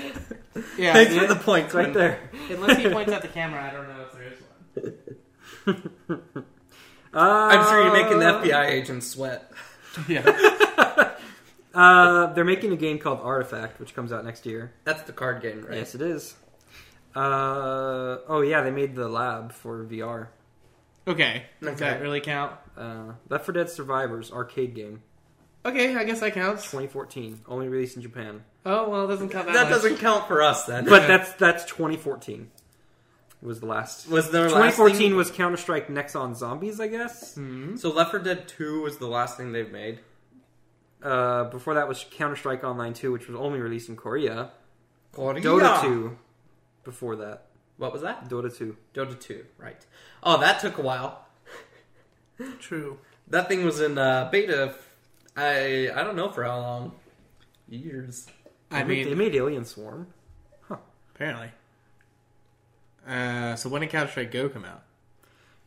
Speaker 1: yeah.
Speaker 2: Thanks for the point,
Speaker 3: It's right
Speaker 2: Quinn.
Speaker 3: there.
Speaker 1: Unless he points at the camera, I don't know if there is one.
Speaker 2: I'm sure you're making the FBI agent sweat.
Speaker 1: [LAUGHS] Yeah.
Speaker 3: Uh, they're making a game called Artifact, which comes out next year.
Speaker 2: That's the card game, right?
Speaker 3: Yes, it is. Uh, oh yeah, they made the lab for VR.
Speaker 1: Okay. Does
Speaker 2: Okay.
Speaker 1: that really count?
Speaker 3: Uh, Left 4 Dead Survivors arcade game,
Speaker 1: Okay, I guess that counts.
Speaker 3: 2014, only released in Japan.
Speaker 1: Oh well, it doesn't count that,
Speaker 2: That
Speaker 1: much.
Speaker 2: doesn't count for us then.
Speaker 3: But that's that's 2014. Was the last.
Speaker 2: was there
Speaker 3: 2014 was Counter Strike Nexon Zombies, I guess.
Speaker 2: was so Left 4 Dead 2 was the last thing they've made.
Speaker 3: Uh, before that was Counter Strike Online 2, which was only released in Korea.
Speaker 2: Korea.
Speaker 3: Dota 2. Before that,
Speaker 2: What was that?
Speaker 3: Dota 2.
Speaker 2: Dota 2, right. Oh, that took a while.
Speaker 1: true.
Speaker 2: That thing was in uh, beta. f- I I don't know for how long. Years.
Speaker 1: I
Speaker 3: They made- they
Speaker 1: mean,
Speaker 3: made Alien Swarm.
Speaker 1: apparently. Uh, so when did Counter Strike Go come out?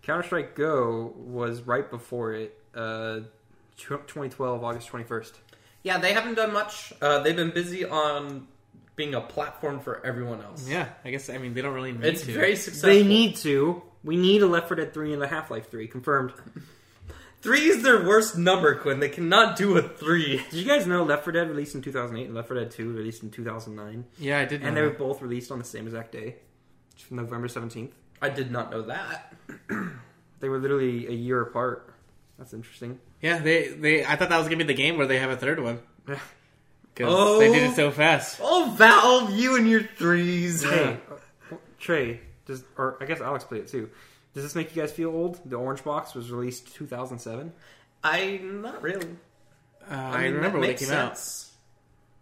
Speaker 3: Counter Strike Go was right before it. Uh, tw- 2012 August 21st.
Speaker 2: Yeah, they haven't done much. Uh, they've been busy on being a platform for everyone else.
Speaker 1: Yeah, I guess. I mean, they don't really need
Speaker 2: It's
Speaker 1: to.
Speaker 2: very successful.
Speaker 3: They need to. We need a Left 4 Dead 3 and a Half Life 3 confirmed.
Speaker 2: Three is their worst number, Quinn. They cannot do a three.
Speaker 3: Did you guys know Left 4 Dead released in 2008 and Left 4 Dead 2 released in 2009?
Speaker 1: Yeah, I did.
Speaker 3: And they
Speaker 1: know
Speaker 3: were
Speaker 1: that.
Speaker 3: both released on the same exact day, which was November 17th.
Speaker 2: I did not know that.
Speaker 3: They were literally a year apart. That's interesting.
Speaker 2: [LAUGHS]
Speaker 1: yeah, they they. I thought that was gonna be the game where they have a third one because
Speaker 2: Oh.
Speaker 1: they did it so fast.
Speaker 2: Oh, Valve, you and your threes.
Speaker 3: Hey, uh, Trey, does, or I guess Alex played it too. Does this make you guys feel old? The Orange Box was released 2007.
Speaker 2: I not really.
Speaker 1: Uh,
Speaker 2: I,
Speaker 1: I,
Speaker 2: mean,
Speaker 1: remember
Speaker 2: that
Speaker 1: when it
Speaker 2: makes
Speaker 1: came
Speaker 2: sense.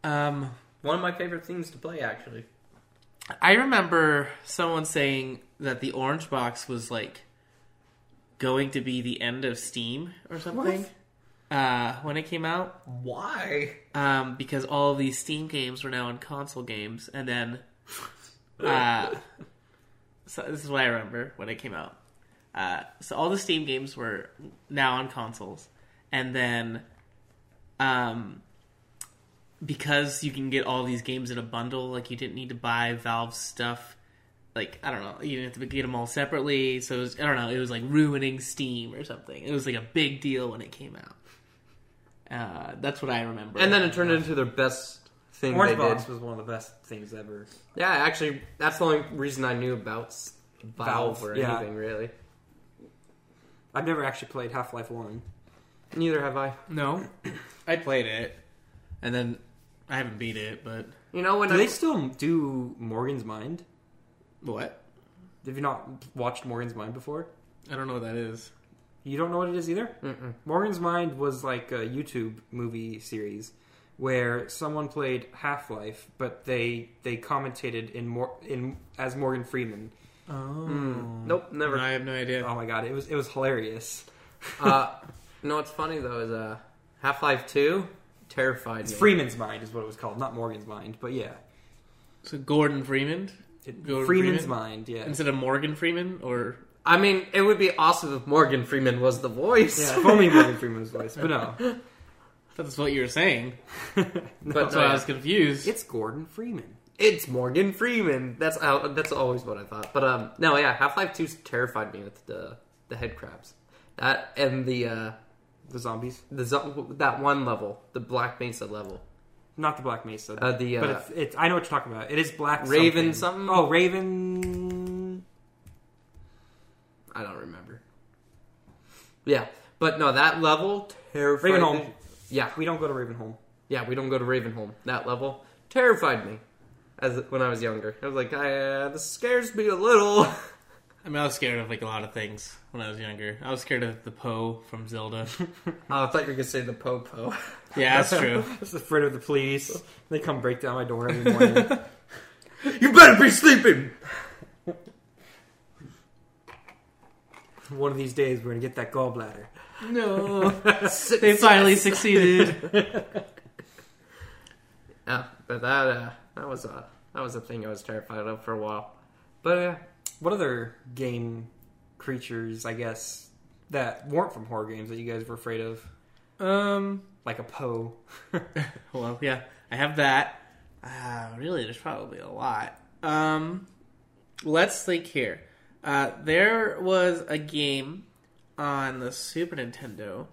Speaker 1: out. Um,
Speaker 2: One of my favorite things to play, actually.
Speaker 1: I remember someone saying that the orange box was like going to be the end of Steam or something uh, when it came out,
Speaker 2: Why?
Speaker 1: um, because all of these Steam games were now in console games, and then uh, [LAUGHS] so this is what I remember when it came out. Uh, so all the Steam games were now on consoles, and then um, because you can get all these games in a bundle, like you didn't need to buy Valve stuff. Like I don't know, you didn't have to get them all separately. So it was, I don't know, it was like ruining Steam or something. It was like a big deal when it came out. Uh, that's what I remember.
Speaker 2: And then it turned into their best thing
Speaker 3: Orange
Speaker 2: they
Speaker 3: Box
Speaker 2: did.
Speaker 3: was one of the best things ever.
Speaker 2: Yeah, actually, that's the only reason I knew about s- Valve,
Speaker 3: Valve,
Speaker 2: or
Speaker 3: yeah.
Speaker 2: anything really.
Speaker 3: I've never actually played Half Life 1.
Speaker 2: Neither have I.
Speaker 1: no, [COUGHS] I played it, and then I haven't beat it. But
Speaker 2: You know when
Speaker 3: Do
Speaker 2: I
Speaker 3: they still do Morgan's Mind?
Speaker 1: what?
Speaker 3: Have you not watched Morgan's Mind before?
Speaker 1: I don't know what that is.
Speaker 3: You don't know what it is either?
Speaker 2: Mm-mm.
Speaker 3: Morgan's Mind was like a YouTube movie series where someone played Half Life, but they they commentated in more in as Morgan Freeman.
Speaker 1: Oh.
Speaker 2: Nope, never.
Speaker 1: I have no idea.
Speaker 3: Oh my god, it was it was hilarious.
Speaker 2: uh, you know what's funny though is uh, Half Life Two terrified
Speaker 3: It's
Speaker 2: me.
Speaker 3: Freeman's Mind is what it was called, not Morgan's Mind, but yeah,
Speaker 1: So Gordon Freeman
Speaker 3: it,
Speaker 1: Go to
Speaker 3: Freeman's
Speaker 1: Freeman?
Speaker 3: Mind. Yeah,
Speaker 1: instead of Morgan Freeman, or
Speaker 2: I mean, it would be awesome if Morgan Freeman was the voice. [LAUGHS]
Speaker 3: yeah, [LAUGHS] if only Morgan Freeman's voice, but no,
Speaker 1: that's what you were saying.
Speaker 3: No,
Speaker 2: But
Speaker 1: That's why I
Speaker 2: no,
Speaker 1: was confused.
Speaker 3: it's Gordon Freeman.
Speaker 2: it's Morgan Freeman. That's how, that's always what I thought. But um, no, yeah, Half Life Two terrified me with the the head crabs, that and the uh,
Speaker 3: The zombies,
Speaker 2: the zo- that one level, the Black Mesa level.
Speaker 3: not the Black Mesa.
Speaker 2: Uh, the, uh,
Speaker 3: but it's, it's I know what you're talking about. It is Black
Speaker 2: Raven
Speaker 3: something.
Speaker 2: something?
Speaker 3: Oh, Raven.
Speaker 2: I don't remember. Yeah, but no, that level terrified.
Speaker 3: Ravenholm.
Speaker 2: me. Yeah,
Speaker 3: We don't go to Ravenholm.
Speaker 2: yeah, we don't go to Ravenholm. That level terrified me. As when I was younger, I was like, I, uh, this scares me a little. [LAUGHS]
Speaker 1: I mean, I was scared of like a lot of things when I was younger. I was scared of the Poe from Zelda. [LAUGHS]
Speaker 2: Oh, I thought you were gonna say the popo.
Speaker 1: yeah, that's true.
Speaker 3: Just afraid of the police. They come break down my door every morning.
Speaker 2: [LAUGHS] you better be sleeping.
Speaker 3: One of these days, we're gonna get that gallbladder.
Speaker 1: [LAUGHS] No, they finally succeeded.
Speaker 2: Yeah, but that uh, that was a that was a thing I was terrified of for a while. But uh,
Speaker 3: What other game creatures, I guess, that weren't from horror games that you guys were afraid of?
Speaker 1: Um,
Speaker 3: Like a Poe. [LAUGHS]
Speaker 1: well, yeah, I have that. Uh, really, there's probably a lot. Um, let's think here. Uh, there was a game on the Super Nintendo,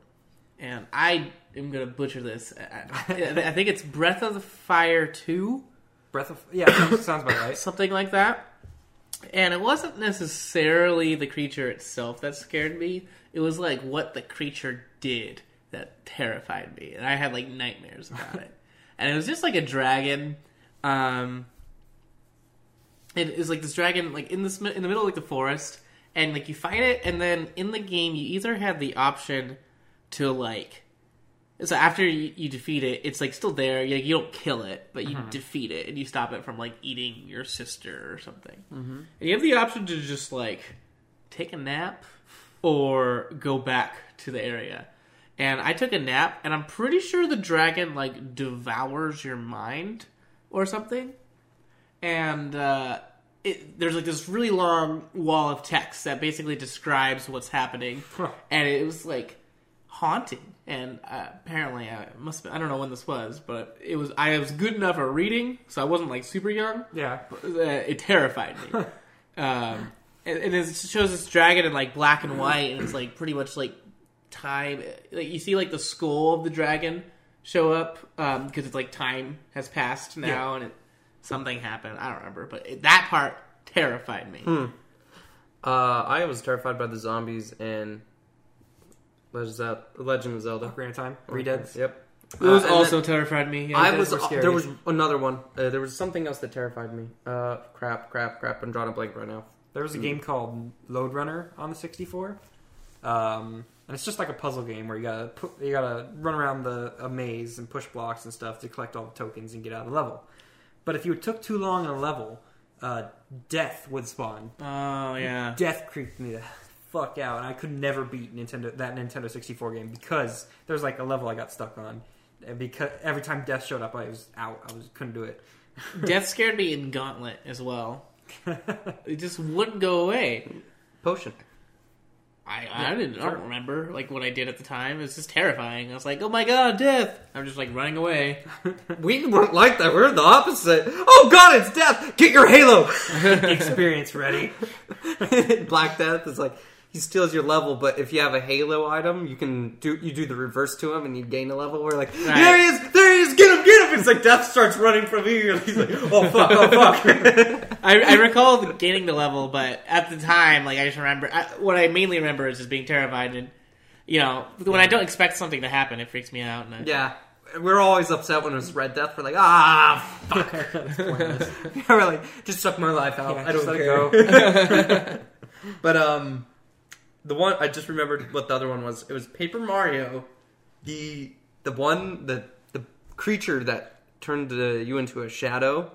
Speaker 1: and I am gonna butcher this. [LAUGHS] I, I I think it's Breath of the Fire Two.
Speaker 3: Breath of yeah, sounds- sounds about right.
Speaker 1: something like that. And it wasn't necessarily the creature itself that scared me. It was like what the creature did that terrified me, and I had like nightmares about it. And it was just like a dragon. Um, it was like this dragon, like in this in the middle of like the forest, and like you fight it, and then in the game you either had the option to like so after you, you defeat it, it's like still there. You, you don't kill it, but you defeat it and you stop it from like eating your sister or something. Mm-hmm. And you have the option to just like take a nap or go back to the area. And I took a nap, and I'm pretty sure the dragon like devours your mind or something. And uh, it, there's like this really long wall of text that basically describes what's happening, and it was like haunting. And uh, apparently, I must have, I don't know when this was, but it was I was good enough at reading, so I wasn't like super young.
Speaker 3: Yeah,
Speaker 1: But, uh, it terrified [LAUGHS] me. um, and, and it shows this dragon in like black and white, and it's like pretty much like time. Like you see like the skull of the dragon show up because it's like time has passed now, and it, something happened. I don't remember, but it, that part terrified me.
Speaker 2: uh, I was terrified by the zombies in Legend of Zel- Legend of Zelda.
Speaker 3: Grand Time, Redeads.
Speaker 2: Yep.
Speaker 1: It was
Speaker 2: Uh, and
Speaker 1: also terrified me. yeah.
Speaker 2: I
Speaker 3: those
Speaker 2: was
Speaker 3: were scary.
Speaker 2: there was another one. Uh, there was something else that terrified me. Uh, crap, crap, crap. I'm drawing a blank right now.
Speaker 3: There
Speaker 2: Hmm.
Speaker 3: was a game called Load Runner on the 64, um, and it's just like a puzzle game where you gotta put, you gotta run around the a maze and push blocks and stuff to collect all the tokens and get out of the level. But if you took too long in a level, uh, death would
Speaker 2: [LAUGHS]
Speaker 3: spawn.
Speaker 1: [LAUGHS] oh yeah.
Speaker 3: Death creeped me the fuck out, and I could never beat Nintendo that Nintendo 64 game because there was like a level I got stuck on. And because every time death showed up, I was out. I was couldn't do
Speaker 2: [LAUGHS]
Speaker 3: it.
Speaker 1: Death scared me in Gauntlet as [LAUGHS] well. it just wouldn't go away.
Speaker 2: Potion. [LAUGHS]
Speaker 1: I, I didn't I don't remember like what I did at the time. It was just terrifying. I was like, "Oh my god, death!" I'm just like running
Speaker 3: [LAUGHS]
Speaker 1: away.
Speaker 2: We weren't like that. We're the opposite. Oh God, it's death. Get your halo. [LAUGHS]
Speaker 3: Experience ready.
Speaker 2: Black Death is like he steals your level, but if you have a Halo item, you can do you do the reverse to him and you gain a level. We're like, there he is, there he is, get him, get him. It's like Death starts running from you, [LAUGHS] and he's like, oh fuck, oh fuck. [LAUGHS]
Speaker 1: I, I recall gaining the level, but at the time, like I just remember I, what I mainly remember is just being terrified and you know when I don't expect something to happen, it freaks me out. And I,
Speaker 2: yeah, we're always upset when it's Red Death. We're like, ah,
Speaker 3: [LAUGHS]
Speaker 2: fuck. [LAUGHS] we're like, just suck my life out.
Speaker 3: Yeah,
Speaker 2: I
Speaker 3: just
Speaker 2: don't
Speaker 3: let it
Speaker 2: care. [LAUGHS]
Speaker 3: [LAUGHS]
Speaker 2: But um, the one I just remembered what the other one was. It was Paper Mario, the the one the the creature that turned uh, you into a shadow.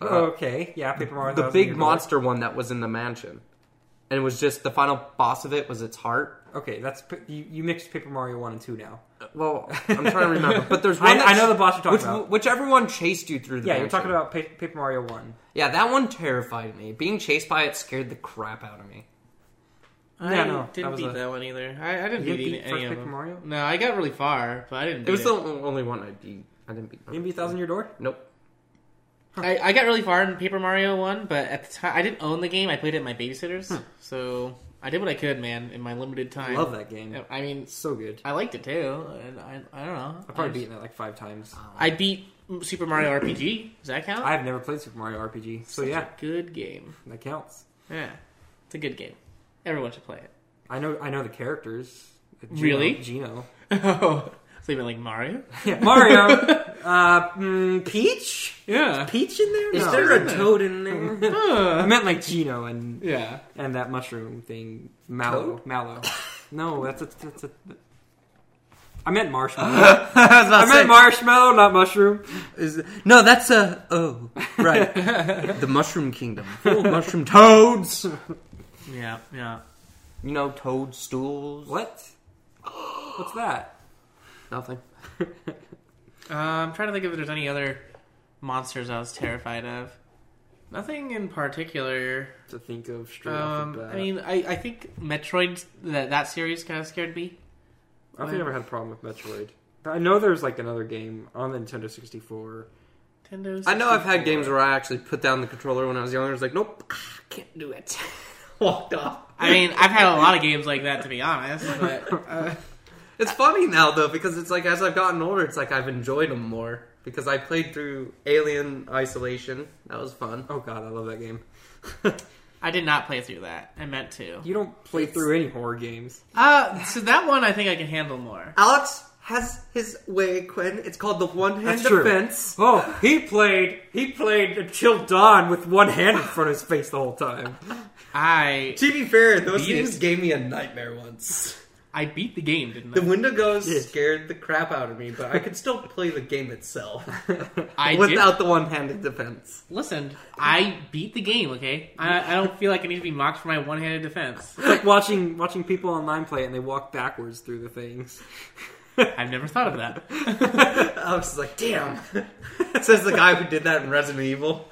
Speaker 3: Oh, okay. Yeah, Paper Mario.
Speaker 2: Uh, the
Speaker 3: 1000
Speaker 2: big
Speaker 3: Year Door.
Speaker 2: monster one that was in the mansion, and it was just the final boss of it was its heart.
Speaker 3: Okay, that's p- you, you mixed Paper Mario one and two now.
Speaker 2: Well, I'm trying to remember, but
Speaker 3: [LAUGHS]
Speaker 2: there's
Speaker 3: I-
Speaker 2: one
Speaker 3: I
Speaker 2: that's-
Speaker 3: know the boss you're talking
Speaker 2: which,
Speaker 3: about.
Speaker 2: Which everyone chased you through. the
Speaker 3: Yeah, you're
Speaker 2: mansion.
Speaker 3: talking about pa- Paper Mario one.
Speaker 2: Yeah, that one terrified me. Being chased by it scared the crap out of me.
Speaker 1: I
Speaker 3: Yeah, no, that
Speaker 1: didn't
Speaker 3: was
Speaker 1: beat
Speaker 3: a-
Speaker 1: that one either. I, I didn't
Speaker 3: You
Speaker 1: beat,
Speaker 3: beat
Speaker 1: any
Speaker 3: first
Speaker 1: of
Speaker 3: Paper
Speaker 1: them.
Speaker 3: Mario?
Speaker 1: No, I got really far, but I didn't.
Speaker 2: It
Speaker 1: Beat
Speaker 2: was the only one I beat. I didn't beat.
Speaker 3: You beat Thousand Year Door.
Speaker 2: Nope.
Speaker 1: I, I got really far in Paper Mario one, but at the time I didn't own the game. I played it at my babysitter's, so I did what I could, man, in my limited time.
Speaker 3: Hmm. Love that game.
Speaker 1: I mean,
Speaker 3: It's so good.
Speaker 1: I liked it too, and I, I don't know.
Speaker 3: I've probably beaten it like five times.
Speaker 1: I beat Super Mario RPG. Does that count?
Speaker 3: I have never played Super Mario RPG, so yeah,
Speaker 1: Good game.
Speaker 3: that counts.
Speaker 1: Yeah, it's a good game. Everyone should play it.
Speaker 3: I know. I know the characters. Gino-
Speaker 1: Really?
Speaker 3: Gino.
Speaker 1: oh, so you meant like Mario?
Speaker 3: Yeah, Mario. uh, mm, Peach.
Speaker 1: [LAUGHS] Yeah.
Speaker 3: Peach in there?
Speaker 2: Is
Speaker 3: No.
Speaker 2: there a toad in there?
Speaker 3: [LAUGHS] I meant like Gino and
Speaker 1: yeah.
Speaker 3: and that mushroom thing. Mallow. Mallow. No, that's a that's a. I meant marshmallow.
Speaker 2: [LAUGHS] I was about
Speaker 3: I
Speaker 2: to say-
Speaker 3: meant marshmallow, not mushroom.
Speaker 2: Is no, that's a oh [LAUGHS] right, the Mushroom Kingdom, full of mushroom toads.
Speaker 1: Yeah. Yeah.
Speaker 2: You know, toadstools.
Speaker 3: What? What's that?
Speaker 2: Nothing.
Speaker 1: Uh, I'm trying to think if there's any other monsters I was terrified of. Nothing in particular.
Speaker 3: To think of straight off
Speaker 1: Um,
Speaker 3: the bat.
Speaker 1: I mean, I, I think Metroid that that series kind of scared me.
Speaker 3: I don't think I ever had a problem with Metroid. I know there's like another game on the Nintendo 64.
Speaker 1: Nintendo.
Speaker 2: I know I've had
Speaker 1: 64.
Speaker 2: games where I actually put down the controller when I was younger. I was like, nope, [LAUGHS] ah, can't do
Speaker 1: [LAUGHS]
Speaker 2: it. Walked off.
Speaker 1: I mean, I've had a lot of games like that to be honest. But uh,
Speaker 2: It's funny now though because it's like as I've gotten older, it's like I've enjoyed them more because I played through Alien Isolation. That was fun. [LAUGHS]
Speaker 3: Oh god, I love that game.
Speaker 1: I did not play through that. I meant to.
Speaker 3: You don't play through any horror games.
Speaker 1: Uh, so that one I think I can handle more.
Speaker 2: Alex has his way, Quinn. It's called the one hand
Speaker 3: That's true.
Speaker 2: defense.
Speaker 3: Oh, he played he played until dawn with one hand in front of his face the whole time.
Speaker 1: I
Speaker 2: To be fair, those
Speaker 1: Beat it.
Speaker 2: games gave me a nightmare once.
Speaker 1: I beat the game, didn't
Speaker 2: The
Speaker 1: I?
Speaker 2: window goes
Speaker 3: Yes.
Speaker 2: scared the crap out of me, but I could still play the
Speaker 3: [LAUGHS]
Speaker 2: game itself
Speaker 1: I did
Speaker 2: without the one-handed defense. [LAUGHS]
Speaker 1: Listen, I beat the game, okay? I, I don't feel like I need to be mocked for my one handed defense.
Speaker 3: It's like watching watching people online play it and they walk backwards through the things.
Speaker 1: I've never thought of that.
Speaker 3: [LAUGHS]
Speaker 2: I was like, "Damn!" [LAUGHS] Says the guy who did that in Resident Evil.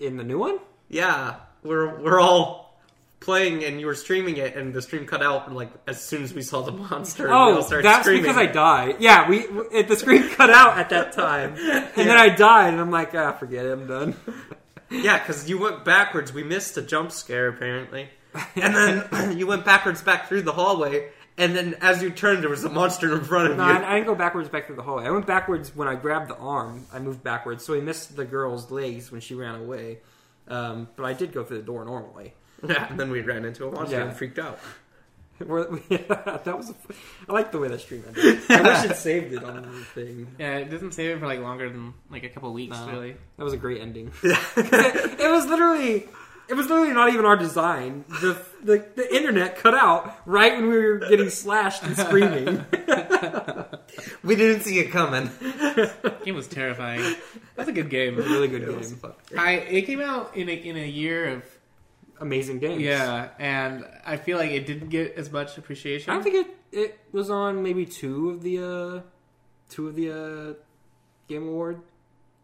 Speaker 3: In the new one?
Speaker 2: Yeah, we're we're all playing, and you were streaming it, and the stream cut out. Like as soon as we saw the monster, and we all
Speaker 3: Oh,
Speaker 2: started
Speaker 3: that's
Speaker 2: screaming.
Speaker 3: because I
Speaker 2: [LAUGHS]
Speaker 3: died. Yeah, we it, the screen [LAUGHS] cut out at that time, and then I died, and I'm like, ah, forget it, I'm
Speaker 2: [LAUGHS]
Speaker 3: done.
Speaker 2: Yeah, because you went backwards. We missed a jump
Speaker 3: [LAUGHS]
Speaker 2: scare, apparently. And then [CLEARS THROAT] you went backwards back through the hallway, and then as you turned, there was a monster in front of
Speaker 3: No,
Speaker 2: you.
Speaker 3: I, I didn't go backwards back through the hallway. I went backwards when I grabbed the arm. I moved backwards, so he missed the girl's legs when she ran away. Um, but I did go through the door normally.
Speaker 2: [LAUGHS]
Speaker 3: [LAUGHS]
Speaker 2: Yeah, and then we ran into a monster
Speaker 3: Yeah.
Speaker 2: and freaked out.
Speaker 3: We're- [LAUGHS] we- that was. I like the way that stream ended.
Speaker 2: [LAUGHS]
Speaker 3: I wish it saved it on the thing.
Speaker 1: Yeah, it doesn't save it for like longer than like a couple weeks,
Speaker 3: No.
Speaker 1: really.
Speaker 3: That was a great ending.
Speaker 2: Yeah.
Speaker 3: [LAUGHS] It was literally. It was literally not even our design. The, the the internet cut out right when we were getting slashed
Speaker 2: [LAUGHS]
Speaker 3: and screaming.
Speaker 2: we didn't see it coming.
Speaker 1: The game was terrifying. That's a good game.
Speaker 3: really good
Speaker 2: It was
Speaker 3: game.
Speaker 2: fun.
Speaker 1: I it came out in a in a year of
Speaker 3: Amazing games.
Speaker 1: yeah, and I feel like it didn't get as much appreciation.
Speaker 3: I don't think it it was on maybe two of the uh, two of the uh, game award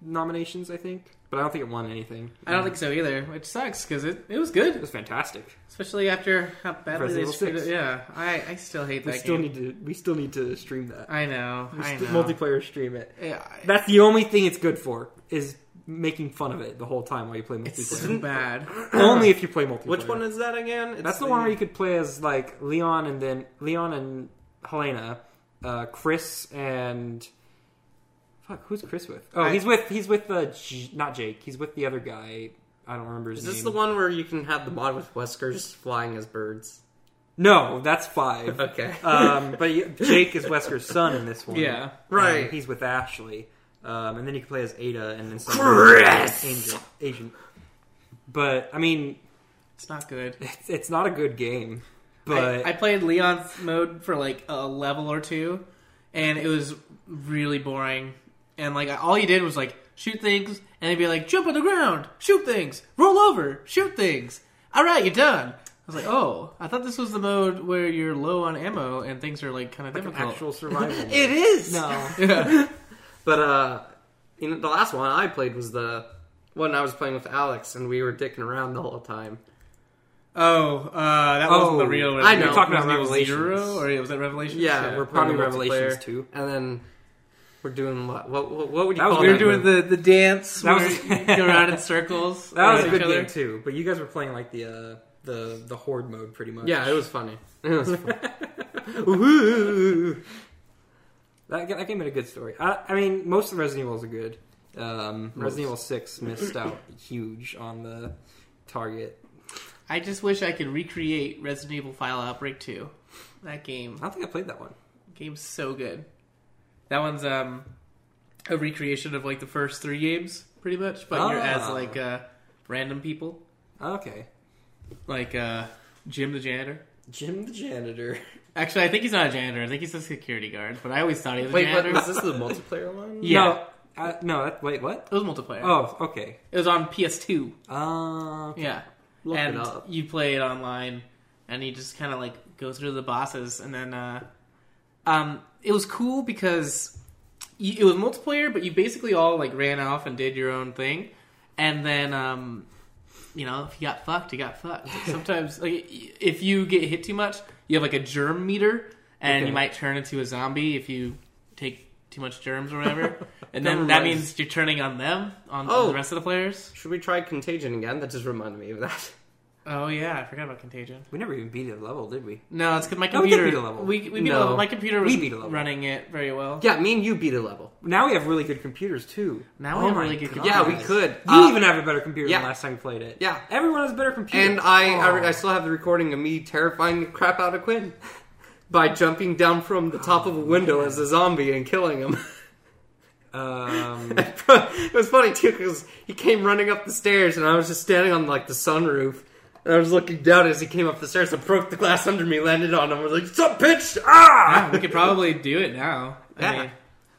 Speaker 3: nominations. I think, but I don't think it won anything.
Speaker 1: I don't think so either, which sucks because it, it was good,
Speaker 3: It was fantastic.
Speaker 1: especially after how badly
Speaker 3: Resident
Speaker 1: they
Speaker 3: Evil
Speaker 1: screwed it.
Speaker 3: 6.
Speaker 1: Yeah, I, I still hate
Speaker 3: We
Speaker 1: that
Speaker 3: still
Speaker 1: game.
Speaker 3: need to we still need to stream that.
Speaker 1: I know,
Speaker 3: We
Speaker 1: I
Speaker 3: st-
Speaker 1: know.
Speaker 3: multiplayer stream it.
Speaker 1: Yeah, I-
Speaker 3: That's the only thing it's good for is making fun of it the whole time while you play
Speaker 1: it's
Speaker 3: multiplayer.
Speaker 1: so bad.
Speaker 3: [LAUGHS] only if you play multiplayer.
Speaker 2: Which one is that again? It's
Speaker 3: That's the one where you could play as like Leon and then Leon and Helena, uh, Chris and fuck, who's Chris with? Oh,
Speaker 1: I-
Speaker 3: he's with he's with uh, J- not Jake. He's with the other guy. I don't remember his
Speaker 2: Is
Speaker 3: name.
Speaker 2: this the one where you can have the mod with Wesker's flying as birds?
Speaker 3: No, that's five.
Speaker 2: [LAUGHS] Okay.
Speaker 3: um, but you- Jake is Wesker's son in this one.
Speaker 1: Yeah.
Speaker 2: Right.
Speaker 3: And he's with Ashley, um, and then you can play as Ada and then some
Speaker 2: Chris!
Speaker 3: Angel, agent. But I mean,
Speaker 1: It's not
Speaker 3: [LAUGHS]
Speaker 1: good.
Speaker 3: it's, it's not a good game. But
Speaker 1: I, I played Leon's mode for like a level or two, and it was really boring. And like all he did was like shoot things, and he'd be like, jump on the ground, shoot things, roll over, shoot things. All right, you're done. I was like, oh, I thought this was the mode where you're low on ammo and things are like kind of
Speaker 3: Like an
Speaker 1: difficult.
Speaker 3: actual survival.
Speaker 2: [LAUGHS] It is.
Speaker 3: no.
Speaker 1: [LAUGHS] yeah.
Speaker 2: But uh, you know, the last one I played was the one I was playing with Alex, and we were dicking around the whole time.
Speaker 1: Oh, uh, that
Speaker 3: Oh,
Speaker 1: wasn't the real.
Speaker 2: I know.
Speaker 1: You're
Speaker 3: Talking about
Speaker 1: Resident Evil
Speaker 3: Revelations.
Speaker 1: Zero, or was that Revelations?
Speaker 2: Yeah, we're
Speaker 1: probably.
Speaker 2: probably
Speaker 3: Probably Revelations
Speaker 2: multiplayer.
Speaker 3: 2.
Speaker 2: And then we're doing what? What, what, what would you
Speaker 3: That was
Speaker 2: call
Speaker 1: We were
Speaker 2: that?
Speaker 1: doing
Speaker 2: move?
Speaker 1: the, the dance
Speaker 3: That
Speaker 1: where [LAUGHS]
Speaker 3: was-
Speaker 1: you go around in circles.
Speaker 3: That was a
Speaker 1: around
Speaker 3: good
Speaker 1: each other.
Speaker 3: game too, but you guys were playing like the uh, the the horde mode pretty much.
Speaker 2: Yeah, it was funny. [LAUGHS] It was fun.
Speaker 3: Woohoo! that, ga- that game had a good story. I, I mean, most of Resident Evils are good. Um, Resident Evil Six missed out huge on the target.
Speaker 1: I just wish I could recreate Resident Evil File Outbreak 2. That game.
Speaker 3: I don't think I played that one.
Speaker 1: Game's so good. That one's um a recreation of like the first three games, pretty much, but you're as
Speaker 3: Ah.
Speaker 1: like uh random people.
Speaker 3: Okay,
Speaker 1: Like uh Jim the janitor.
Speaker 3: Jim the janitor.
Speaker 1: Actually I think he's not a janitor, I think he's a security guard, but I always thought he was a
Speaker 2: Wait, but
Speaker 1: janitor.
Speaker 2: was this the multiplayer one?
Speaker 1: Yeah.
Speaker 3: No, I, no. That, wait, what?
Speaker 1: It was multiplayer.
Speaker 3: Oh, okay.
Speaker 1: It was on PS2.
Speaker 3: Uh,
Speaker 1: Yeah.
Speaker 2: Look
Speaker 1: and
Speaker 2: it up.
Speaker 1: you play it online and you just kind of like go through the bosses and then uh um it was cool because you, it was multiplayer but you basically all like ran off and did your own thing and then um you know if you got fucked you got [LAUGHS] fucked Like, sometimes like y- if you get hit too much you have like a germ meter and
Speaker 3: Okay.
Speaker 1: you might turn into a zombie if you take too much germs or [LAUGHS] whatever and
Speaker 2: That
Speaker 1: then that
Speaker 2: reminds-
Speaker 1: means you're turning on them on, on
Speaker 2: Oh.
Speaker 1: the rest of the players
Speaker 2: Should we try Contagion again? That just reminded me of that.
Speaker 1: oh yeah i forgot about contagion
Speaker 3: we never even beat a level, did we?
Speaker 1: No, it's because my
Speaker 3: No, we did
Speaker 1: computer.
Speaker 3: beat a level.
Speaker 1: We, we beat
Speaker 2: No.
Speaker 1: a level. My computer was
Speaker 3: We beat a level.
Speaker 1: running it very well.
Speaker 2: [LAUGHS] Yeah, me and you beat a level.
Speaker 3: Now we have really good computers too.
Speaker 1: Now we have really good computers.
Speaker 2: Oh Yeah, we
Speaker 1: Nice.
Speaker 2: could.
Speaker 3: You
Speaker 2: Uh,
Speaker 3: even have a better computer
Speaker 2: yeah.
Speaker 3: than last time you played it.
Speaker 2: Yeah.
Speaker 3: everyone has a better computer.
Speaker 2: And I, I,
Speaker 3: Oh.
Speaker 2: I still have the recording of me terrifying the crap out of Quinn [LAUGHS] by jumping down from the top of a window as a zombie and killing him. [LAUGHS]
Speaker 3: Um,
Speaker 2: it was funny too because he came running up the stairs and I was just standing on like the sunroof and I was looking down as he came up the stairs and broke the glass under me, landed on him. I was like, "Sup, bitch!" Ah!
Speaker 3: Um,
Speaker 1: Yeah, [LAUGHS]
Speaker 3: [LAUGHS]
Speaker 2: [LAUGHS]
Speaker 1: we could probably do it now. I
Speaker 2: Yeah.
Speaker 1: mean,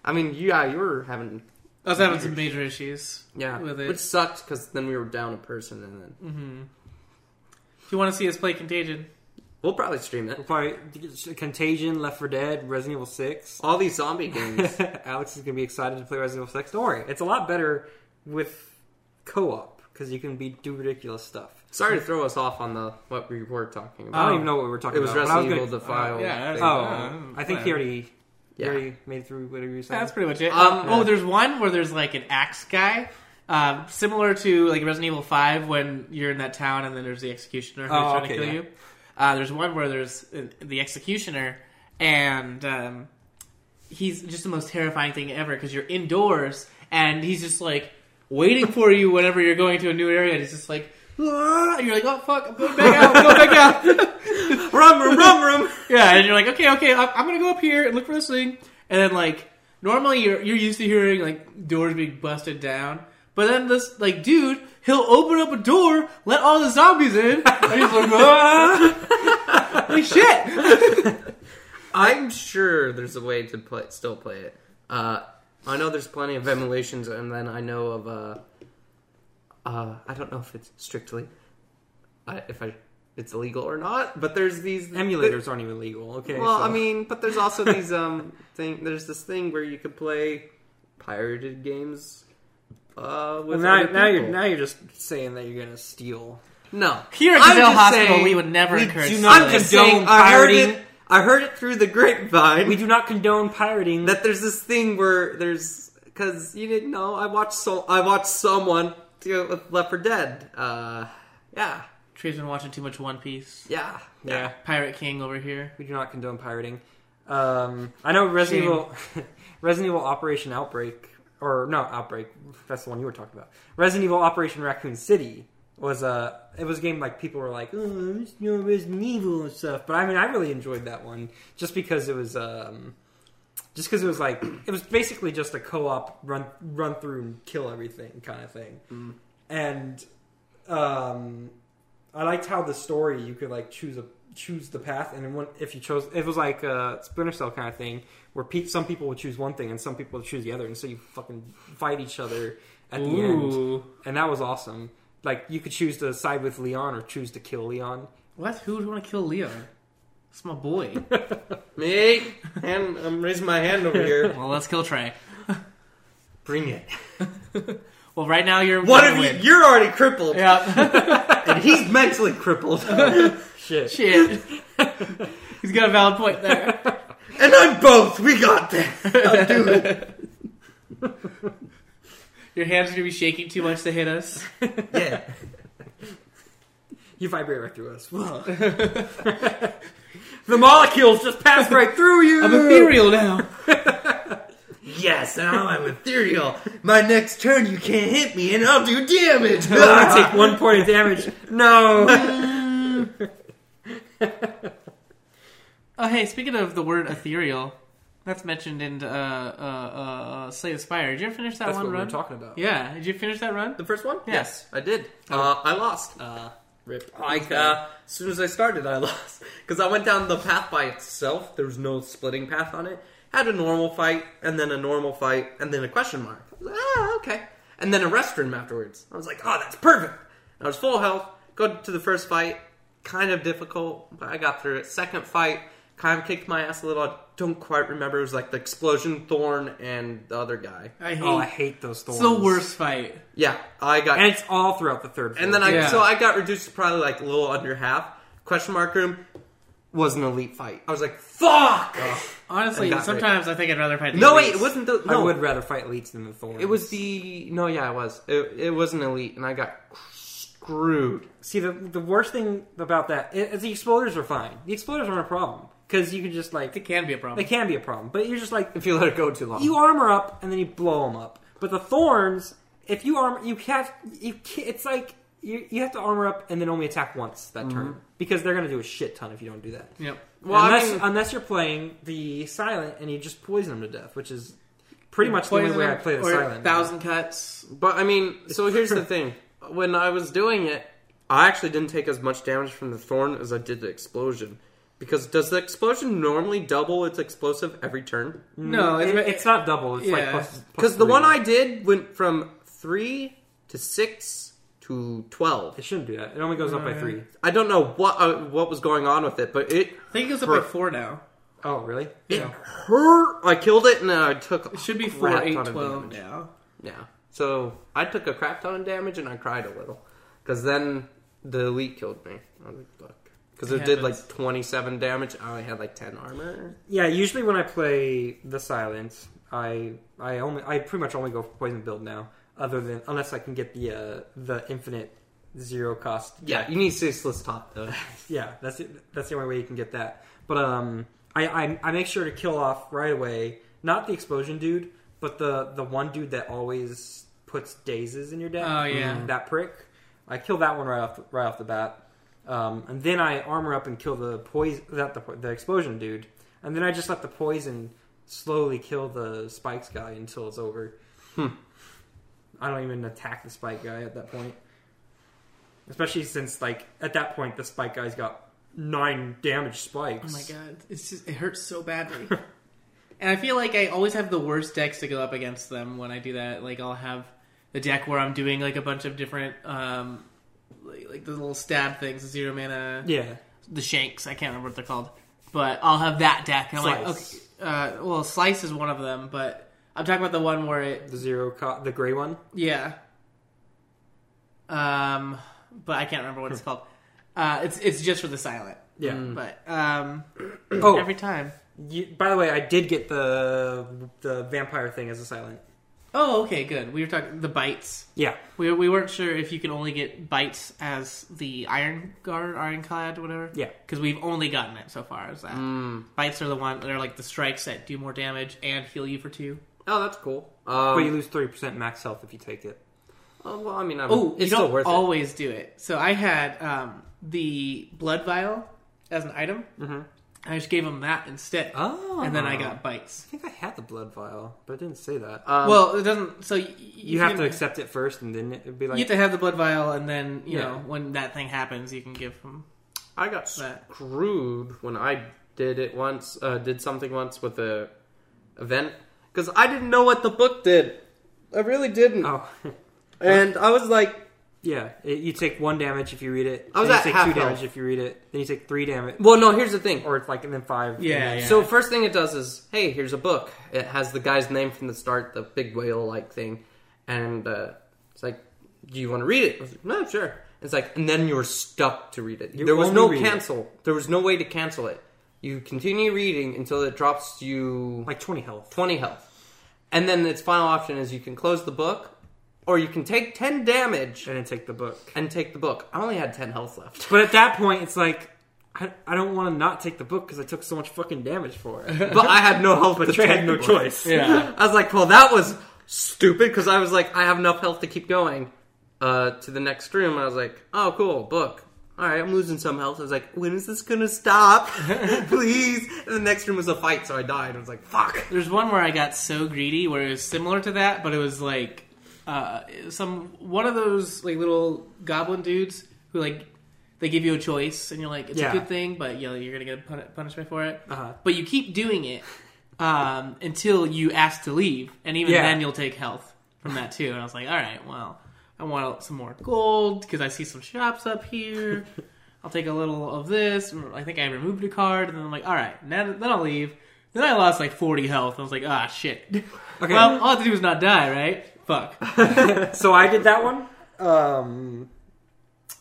Speaker 2: I mean, yeah, you were having
Speaker 1: I was having some major issues.
Speaker 2: yeah,
Speaker 1: with it.
Speaker 2: which sucked because then we were down a person and then
Speaker 1: If you want to see us play Contagion,
Speaker 2: we'll probably stream it.
Speaker 3: Probably Contagion, Left 4 Dead, Resident Evil 6.
Speaker 2: All these zombie games.
Speaker 3: [LAUGHS] Alex is going to be excited to play Resident Evil 6. Don't worry, it's a lot better with co op because you can be do ridiculous stuff.
Speaker 2: Sorry to throw us off on the what we were talking
Speaker 3: I
Speaker 2: about.
Speaker 3: don't even know what we were talking
Speaker 2: Oh. it was
Speaker 3: about. but
Speaker 2: Resident
Speaker 3: I
Speaker 2: Evil
Speaker 3: was
Speaker 2: the file.
Speaker 1: yeah,
Speaker 2: thing.
Speaker 1: that's-
Speaker 3: Gonna, oh, I think he already, he
Speaker 2: Yeah.
Speaker 3: already made it through whatever you said.
Speaker 2: [LAUGHS]
Speaker 1: that's pretty much it.
Speaker 2: Um,
Speaker 1: oh, there's one where there's like an axe guy, um, similar to like Resident Evil Five when you're in that town and then there's the executioner who's
Speaker 3: Oh,
Speaker 1: trying
Speaker 3: okay,
Speaker 1: to kill
Speaker 3: yeah.
Speaker 1: you. Uh, there's one where there's uh, the executioner and. Um, he's just the most terrifying thing ever because you're indoors and he's just like waiting for you whenever you're going to a new area. And he's just like, "Ah," and you're like, oh fuck, I'm going back out, go back out.
Speaker 3: [LAUGHS]
Speaker 2: Rum room, rum room.
Speaker 1: Yeah, and you're like, okay, okay, I'm, I'm gonna go up here and look for this thing. And then like normally you're you're used to hearing like doors being busted down, but then this like dude, he'll open up a door, let all the zombies in, [LAUGHS] and he's like, ah! like shit.
Speaker 2: I'm sure there's a way to play, still play it. Uh, I know there's plenty of emulations, and then I know of. Uh, uh, I don't know if it's strictly, I, if I, it's illegal or not. But there's these
Speaker 3: Emulators aren't even legal, okay?
Speaker 2: well,
Speaker 3: so-
Speaker 2: I mean, but
Speaker 3: [LAUGHS]
Speaker 2: there's also these um thing. There's this thing where you could play pirated games.
Speaker 3: Well,
Speaker 2: Uh, with
Speaker 3: now,
Speaker 2: other
Speaker 3: now, you're,
Speaker 2: people.
Speaker 3: now you're just saying that you're going to steal.
Speaker 2: No.
Speaker 1: Here at
Speaker 2: I'm
Speaker 1: Gazelle
Speaker 2: just
Speaker 1: Hospital,
Speaker 2: saying-
Speaker 1: we would never
Speaker 2: we
Speaker 1: encourage
Speaker 2: do not
Speaker 1: stealing.
Speaker 2: just
Speaker 3: condone
Speaker 2: saying, I heard
Speaker 3: pirating.
Speaker 2: it. I heard it through the grapevine
Speaker 3: We do not condone pirating.
Speaker 2: [LAUGHS] that there's this thing where there's because you didn't know. I watched so I watched someone do it with Leopard Dead. Uh, yeah,
Speaker 1: Trey's been watching too much One Piece.
Speaker 2: yeah,
Speaker 3: yeah.
Speaker 1: Pirate King over here.
Speaker 3: We do not condone pirating. Um, I know Resident
Speaker 1: Shame.
Speaker 3: Evil, [LAUGHS] Resident Evil Operation Outbreak, or no Outbreak. That's the one you were talking about. Resident Evil Operation Raccoon City was a. It was a game like people were like, oh, it's no Resident Evil and stuff. But I mean, I really enjoyed that one just because it was. Um, just because it was like it was basically just a co-op run run through and kill everything kind of thing, and um, I liked how the story you could like choose a choose the path, and then when, if you chose, it was like a Splinter Cell kind of thing where pe- some people would choose one thing and some people would choose the other, and so you fucking fight each other at the end,
Speaker 1: Ooh.
Speaker 3: and that was awesome. Like you could choose to side with Leon or choose to kill Leon.
Speaker 1: What? Who would want to kill Leon? It's my [LAUGHS] boy.
Speaker 2: Me? Hand, I'm raising my hand over here.
Speaker 1: well, let's kill Trey.
Speaker 2: Bring it.
Speaker 1: Well, right now you're
Speaker 2: One
Speaker 1: gonna
Speaker 2: of you,
Speaker 1: [LAUGHS] win.
Speaker 2: you're already crippled,
Speaker 1: Yeah. [LAUGHS]
Speaker 2: and he's mentally crippled, [LAUGHS] and
Speaker 3: Shit.
Speaker 1: Shit. He's got a valid point there.
Speaker 2: I'm both. We got that.
Speaker 1: Your hands are gonna be shaking too much to hit us.
Speaker 2: Yeah.
Speaker 3: You vibrate right through us. [LAUGHS] the molecules just pass right through
Speaker 1: [LAUGHS]
Speaker 3: you.
Speaker 1: I'm
Speaker 3: [LAUGHS]
Speaker 1: ethereal now.
Speaker 2: [LAUGHS] Yes, now I'm ethereal. My next turn, you can't hit me, and I'll do [LAUGHS] damage.
Speaker 3: I take one point of damage. No.
Speaker 1: Oh, hey, speaking of the word ethereal, that's mentioned in uh, uh, uh, Slay the Spire. Did you ever finish that
Speaker 3: That's
Speaker 1: one
Speaker 3: what we
Speaker 1: run?
Speaker 3: were talking about.
Speaker 1: Yeah, did you finish that run?
Speaker 2: the first one?
Speaker 1: Yeah.
Speaker 2: Yes, I did. Uh, I lost. Uh, Like,
Speaker 3: Oh,
Speaker 2: uh, as soon as I started, I [LAUGHS] lost. Because I went down the path by itself. There was no splitting path on it. Had a normal fight, and then a normal fight, and then a question mark. I was like, ah, okay. And then a restroom afterwards. I was like, oh, that's perfect. I was full health. Go to the first fight. Kind of difficult, but I got through it. Second fight, kind of kicked my ass a little. I don't quite remember. It was like the explosion, Thorn, and the other guy.
Speaker 1: I hate.
Speaker 3: Oh, I hate those thorns.
Speaker 1: it's the worst fight.
Speaker 2: Yeah, I got
Speaker 3: And it's all throughout the third.
Speaker 2: and then I
Speaker 1: Yeah.
Speaker 2: so I got reduced to probably like a little under half. Question mark room was an elite fight. I was like, fuck.
Speaker 1: Honestly,
Speaker 2: I got
Speaker 1: sometimes I think I'd rather fight. the
Speaker 2: no, wait, it
Speaker 1: elites.
Speaker 2: wasn't the
Speaker 3: I
Speaker 2: no.
Speaker 3: would rather fight leets than the thorns.
Speaker 2: it was the no, yeah, it was. It, it was an elite, and I got screwed.
Speaker 3: See, the, the worst thing about that is, is the exploders are fine. The exploders aren't a problem because you can just
Speaker 1: It
Speaker 3: like
Speaker 1: can be a
Speaker 3: they
Speaker 1: problem.
Speaker 3: can be a problem, but you're just like
Speaker 2: If you let it go too long,
Speaker 3: you armor up and then you blow them up. But the thorns, if you armor, you have you. ca- It's like you you have to armor up and then only attack once that turn because they're gonna do a shit ton if you don't do that.
Speaker 1: Yep.
Speaker 2: Well, I
Speaker 3: unless
Speaker 2: mean-
Speaker 3: unless you're playing the silent and you just poison them to death, which is pretty much the only way I play the
Speaker 1: or
Speaker 3: silent.
Speaker 1: Thousand cuts.
Speaker 2: but I mean, so here's the thing: when I was doing it, I actually didn't take as much damage from the thorn as I did the explosion. Because does the explosion normally double its explosive every turn?
Speaker 1: No,
Speaker 3: It- it's not double. It's like
Speaker 1: Yeah.
Speaker 3: plus plus
Speaker 2: Because the
Speaker 3: three.
Speaker 2: one I did went from three to six to twelve.
Speaker 3: it shouldn't do that. It only goes up by three.
Speaker 2: I don't know what uh, what was going on with it, but it
Speaker 1: I think it's up
Speaker 2: For-
Speaker 1: at four now.
Speaker 3: Oh really? No.
Speaker 2: hurt. I killed it and then I took.
Speaker 1: It should be
Speaker 2: a
Speaker 1: four,
Speaker 2: crap
Speaker 1: eight,
Speaker 2: ton of
Speaker 1: twelve
Speaker 2: damage.
Speaker 1: now.
Speaker 2: Yeah. So I took a crap ton of damage and I cried a little because then the elite killed me. I was like, fuck. Because it,
Speaker 1: It
Speaker 2: did
Speaker 1: happens.
Speaker 2: like twenty seven damage. I only had like ten armor.
Speaker 3: Yeah, usually when I play the silence, I I only I pretty much only go for poison build now, other than unless I can get the uh, the infinite zero cost.
Speaker 2: Yeah, you need ceaseless top though.
Speaker 3: yeah, that's it. That's the only way you can get that. But um, I I, I make sure to kill off right away, not the explosion dude, but the the one dude that always puts dazes in your deck.
Speaker 1: Oh, yeah.
Speaker 3: Mhm. that prick. I kill that one right off the, right off the bat. Um, and then I armor up and kill the poison that the po- the explosion dude, and then I just let the poison slowly kill the spikes guy until it's over. Hmm. I don't even attack the spike guy at that point, especially since like at that point the spike guy's got nine damage spikes.
Speaker 1: Oh my god, it's just it hurts so
Speaker 3: [LAUGHS]
Speaker 1: badly. and I feel like I always have the worst decks to go up against them when I do that. Like I'll have the deck where I'm doing like a bunch of different um like, like the little stab things, the zero mana,
Speaker 3: Yeah,
Speaker 1: the shanks. I can't remember what they're called, but I'll have that deck. And I'm
Speaker 3: Slice.
Speaker 1: like, okay, uh, well, slice is one of them, but I'm talking about the one where it,
Speaker 3: the zero co- the gray one.
Speaker 1: yeah. Um, but I can't remember what it's called. Uh, it's it's just for the silent,
Speaker 3: Hmm. Yeah.
Speaker 1: but um,
Speaker 3: Oh,
Speaker 1: every time.
Speaker 3: you, by the way, I did get the the vampire thing as a silent.
Speaker 1: Oh, okay, good. We were talking the bites.
Speaker 3: Yeah,
Speaker 1: We, we weren't sure if you can only get bites as the iron guard, ironclad, whatever.
Speaker 3: Yeah. Mm.
Speaker 1: because we've only gotten it so far as that. Bites are the one they're like the strikes that do more damage and heal you for two.
Speaker 2: [LAUGHS] Oh, that's cool.
Speaker 3: but
Speaker 2: Um,
Speaker 3: you lose three percent max health if you take it.
Speaker 2: oh, well, I mean, I'm,
Speaker 1: Oh,
Speaker 2: it's
Speaker 1: you
Speaker 2: still
Speaker 1: don't
Speaker 2: worth it.
Speaker 1: always do it. So I had um, the blood vial as an item, I just gave him that instead,
Speaker 3: Mm-hmm. Oh.
Speaker 1: and then I got bites.
Speaker 3: I think I had the blood vial, but it didn't say that.
Speaker 2: Um,
Speaker 1: well, it doesn't. So y- y-
Speaker 3: you have to accept it first, and then it'd be
Speaker 1: You
Speaker 3: like.
Speaker 1: have to have the blood vial, and then you
Speaker 3: Yeah.
Speaker 1: know when that thing happens, you can give him
Speaker 2: I got
Speaker 1: that.
Speaker 2: screwed when I did it once. Uh, did something once with a event because I didn't know what the book did. I really didn't,
Speaker 3: oh, [LAUGHS]
Speaker 2: and I was like,
Speaker 3: yeah. It, you take one damage if you read it.
Speaker 2: I was
Speaker 3: then
Speaker 2: at
Speaker 3: you take
Speaker 2: half
Speaker 3: two
Speaker 2: health.
Speaker 3: damage if you read it. Then you take three damage,
Speaker 2: "Well, no." Here's the thing.
Speaker 3: or it's like and then five.
Speaker 1: Yeah,
Speaker 3: and
Speaker 1: yeah.
Speaker 2: So first thing it does is, hey, here's a book. It has the guy's name from the start, the big whale like thing, and uh, it's like, do you want to read it? I was like, no, sure. It's like, and then you were stuck to read it.
Speaker 3: You
Speaker 2: there was
Speaker 3: only
Speaker 2: no
Speaker 3: read it.
Speaker 2: cancel. There was no way to cancel it. You continue reading until it drops you
Speaker 3: Like twenty health.
Speaker 2: 20 health. And then its final option is you can close the book, or you can take 10 damage
Speaker 3: and then take the book.
Speaker 2: and take the book. I only had 10 health left. [LAUGHS]
Speaker 3: But at that point, it's like I, I don't want to not take the book because I took so much fucking damage for
Speaker 1: [LAUGHS]
Speaker 3: it.
Speaker 2: But I had no health.
Speaker 3: but
Speaker 2: to
Speaker 3: Trey
Speaker 2: take
Speaker 3: had no
Speaker 2: the book.
Speaker 3: choice.
Speaker 1: Yeah.
Speaker 2: I was like, well, that was stupid because I was like, I have enough health to keep going uh, to the next room. I was like, oh, cool, book. All right, I'm losing some health. I was like, when is this gonna stop? [LAUGHS] Please. And the next room was a fight, so I died. I was like, fuck.
Speaker 1: There's one where I got so greedy where it was similar to that, but it was like uh, some one of those like little goblin dudes who like they give you a choice and you're like it's
Speaker 3: Yeah.
Speaker 1: a good thing, but you know, you're gonna get pun- punishment for it.
Speaker 3: Uh-huh.
Speaker 1: But you keep doing it um, until you ask to leave, and even
Speaker 3: Yeah.
Speaker 1: then you'll take health from that too. And I was like, all right, well, I want some more gold because I see some shops up here. I'll take a little of this. I think I removed a card, and then I'm like, all right, now then I'll leave. Then I lost like 40 health. and I was like, ah, shit. [LAUGHS]
Speaker 3: Okay.
Speaker 1: Well, all I have to do is not die, right? Fuck.
Speaker 3: [LAUGHS] so I did that one. Um,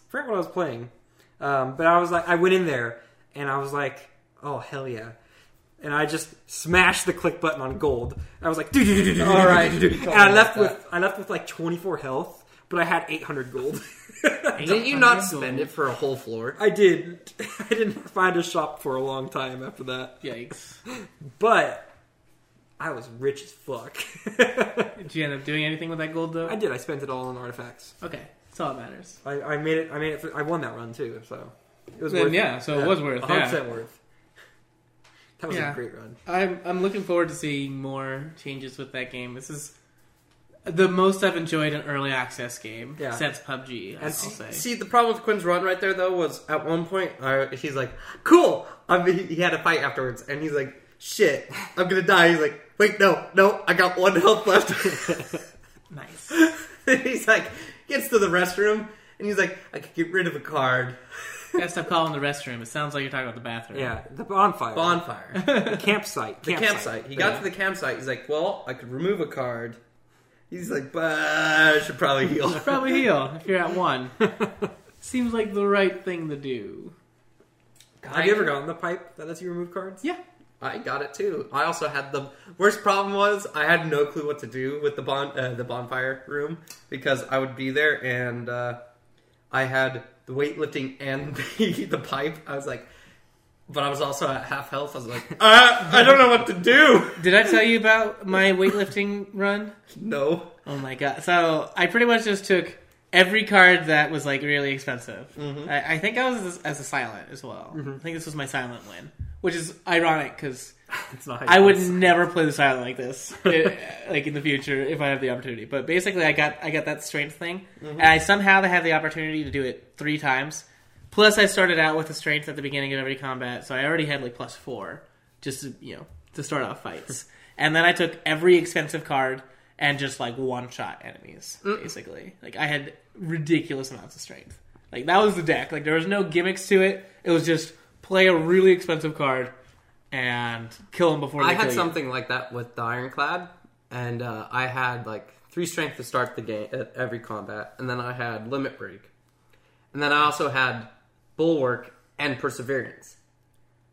Speaker 3: forget what I was playing, um, but I was like, I went in there and I was like, oh hell yeah. And I just smashed the click button on gold. I was like, all right. And I left with I left with like 24 health, but I had 800 gold. [LAUGHS]
Speaker 2: Didn't you not spend it for a whole floor?
Speaker 3: I did. I didn't [LAUGHS] find a shop for a long time after that,
Speaker 1: Yikes.
Speaker 3: but I was rich as fuck. [LAUGHS]
Speaker 1: Did you end up doing anything with that gold though?
Speaker 3: I did. I spent it all on artifacts.
Speaker 1: Okay, that's all that matters.
Speaker 3: I, I made it. I made it. For, I won that run too. So it was
Speaker 1: Then,
Speaker 3: worth.
Speaker 1: yeah, so it was worth,
Speaker 3: One hundred
Speaker 1: yeah.
Speaker 3: percent worth. That was
Speaker 1: Yeah.
Speaker 3: a great run.
Speaker 1: I'm I'm looking forward to seeing more changes with that game. This is the most I've enjoyed an early access game
Speaker 3: Yeah.
Speaker 1: since PUBG. I'll
Speaker 3: And see-
Speaker 1: say.
Speaker 2: See, the problem with Quinn's run right there, though, was at one point, uh, he's like, cool. I mean, he had a fight afterwards, and he's like, shit, I'm gonna die. He's like, wait, no, no, I got one health left. [LAUGHS]
Speaker 1: nice.
Speaker 2: he's like, gets to the restroom, and he's like, I could get rid of a card.
Speaker 1: Gotta stop calling the restroom. It sounds like you're talking about the bathroom.
Speaker 3: Yeah, the bonfire,
Speaker 2: Bonfire.
Speaker 1: [LAUGHS]
Speaker 3: the campsite,
Speaker 2: The campsite. He got to the campsite. He's like, well, I could remove a card. He's like, but I should probably heal.
Speaker 1: Probably heal if you're at one. Seems like the right thing to do.
Speaker 3: Have you ever gotten the pipe that lets you remove cards?
Speaker 1: Yeah.
Speaker 2: I got it too. I also had the worst problem was I had no clue what to do with the bon uh, the bonfire room because I would be there and uh, I had the weightlifting and [LAUGHS] the, the pipe. I was like, but I was also at half health. I was like, [LAUGHS] uh, I don't know what to do.
Speaker 1: Did I tell you about my weightlifting run?
Speaker 2: [LAUGHS] No,
Speaker 1: Oh my god! So I pretty much just took every card that was like really expensive. I, I think I was as, as a silent as well. I think this was my silent win, which is ironic because
Speaker 3: It's not.
Speaker 1: I would never play the silent like this, it- like in the future if I have the opportunity. But basically, I got I got that strength thing, and I somehow had the opportunity to do it three times. Plus, I started out with the strength at the beginning of every combat, so I already had like plus four, just to, you know to start off fights. and then I took every expensive card and just like one shot enemies, basically. Like I had ridiculous amounts of strength. Like that was the deck. Like there was no gimmicks to it. It was just play a really expensive card and kill him before they
Speaker 2: I had
Speaker 1: kill you.
Speaker 2: something like that with the ironclad, and uh, I had like three strength to start the game at every combat, and then I had limit break, and then I also had bulwark and perseverance.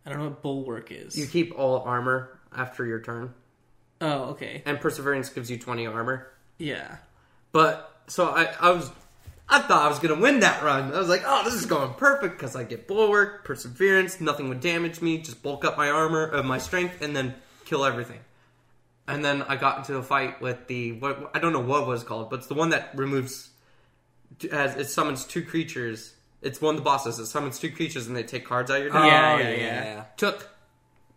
Speaker 1: I don't know what bulwark is.
Speaker 2: You keep all armor after your turn,
Speaker 1: Oh, okay.
Speaker 2: and perseverance gives you twenty armor.
Speaker 1: Yeah.
Speaker 2: But so I, I was, I thought I was gonna win that run. I was like, oh, this is going perfect because I get bulwark, perseverance, nothing would damage me. Just bulk up my armor of my strength, and then kill everything. And then I got into a fight with the what I don't know what it was called, but it's the one that removes as it summons two creatures. It's one of the bosses. It summons two creatures and they take cards out of your
Speaker 3: Oh,
Speaker 2: deck.
Speaker 1: Yeah,
Speaker 3: yeah,
Speaker 1: yeah,
Speaker 3: yeah,
Speaker 1: yeah.
Speaker 2: Took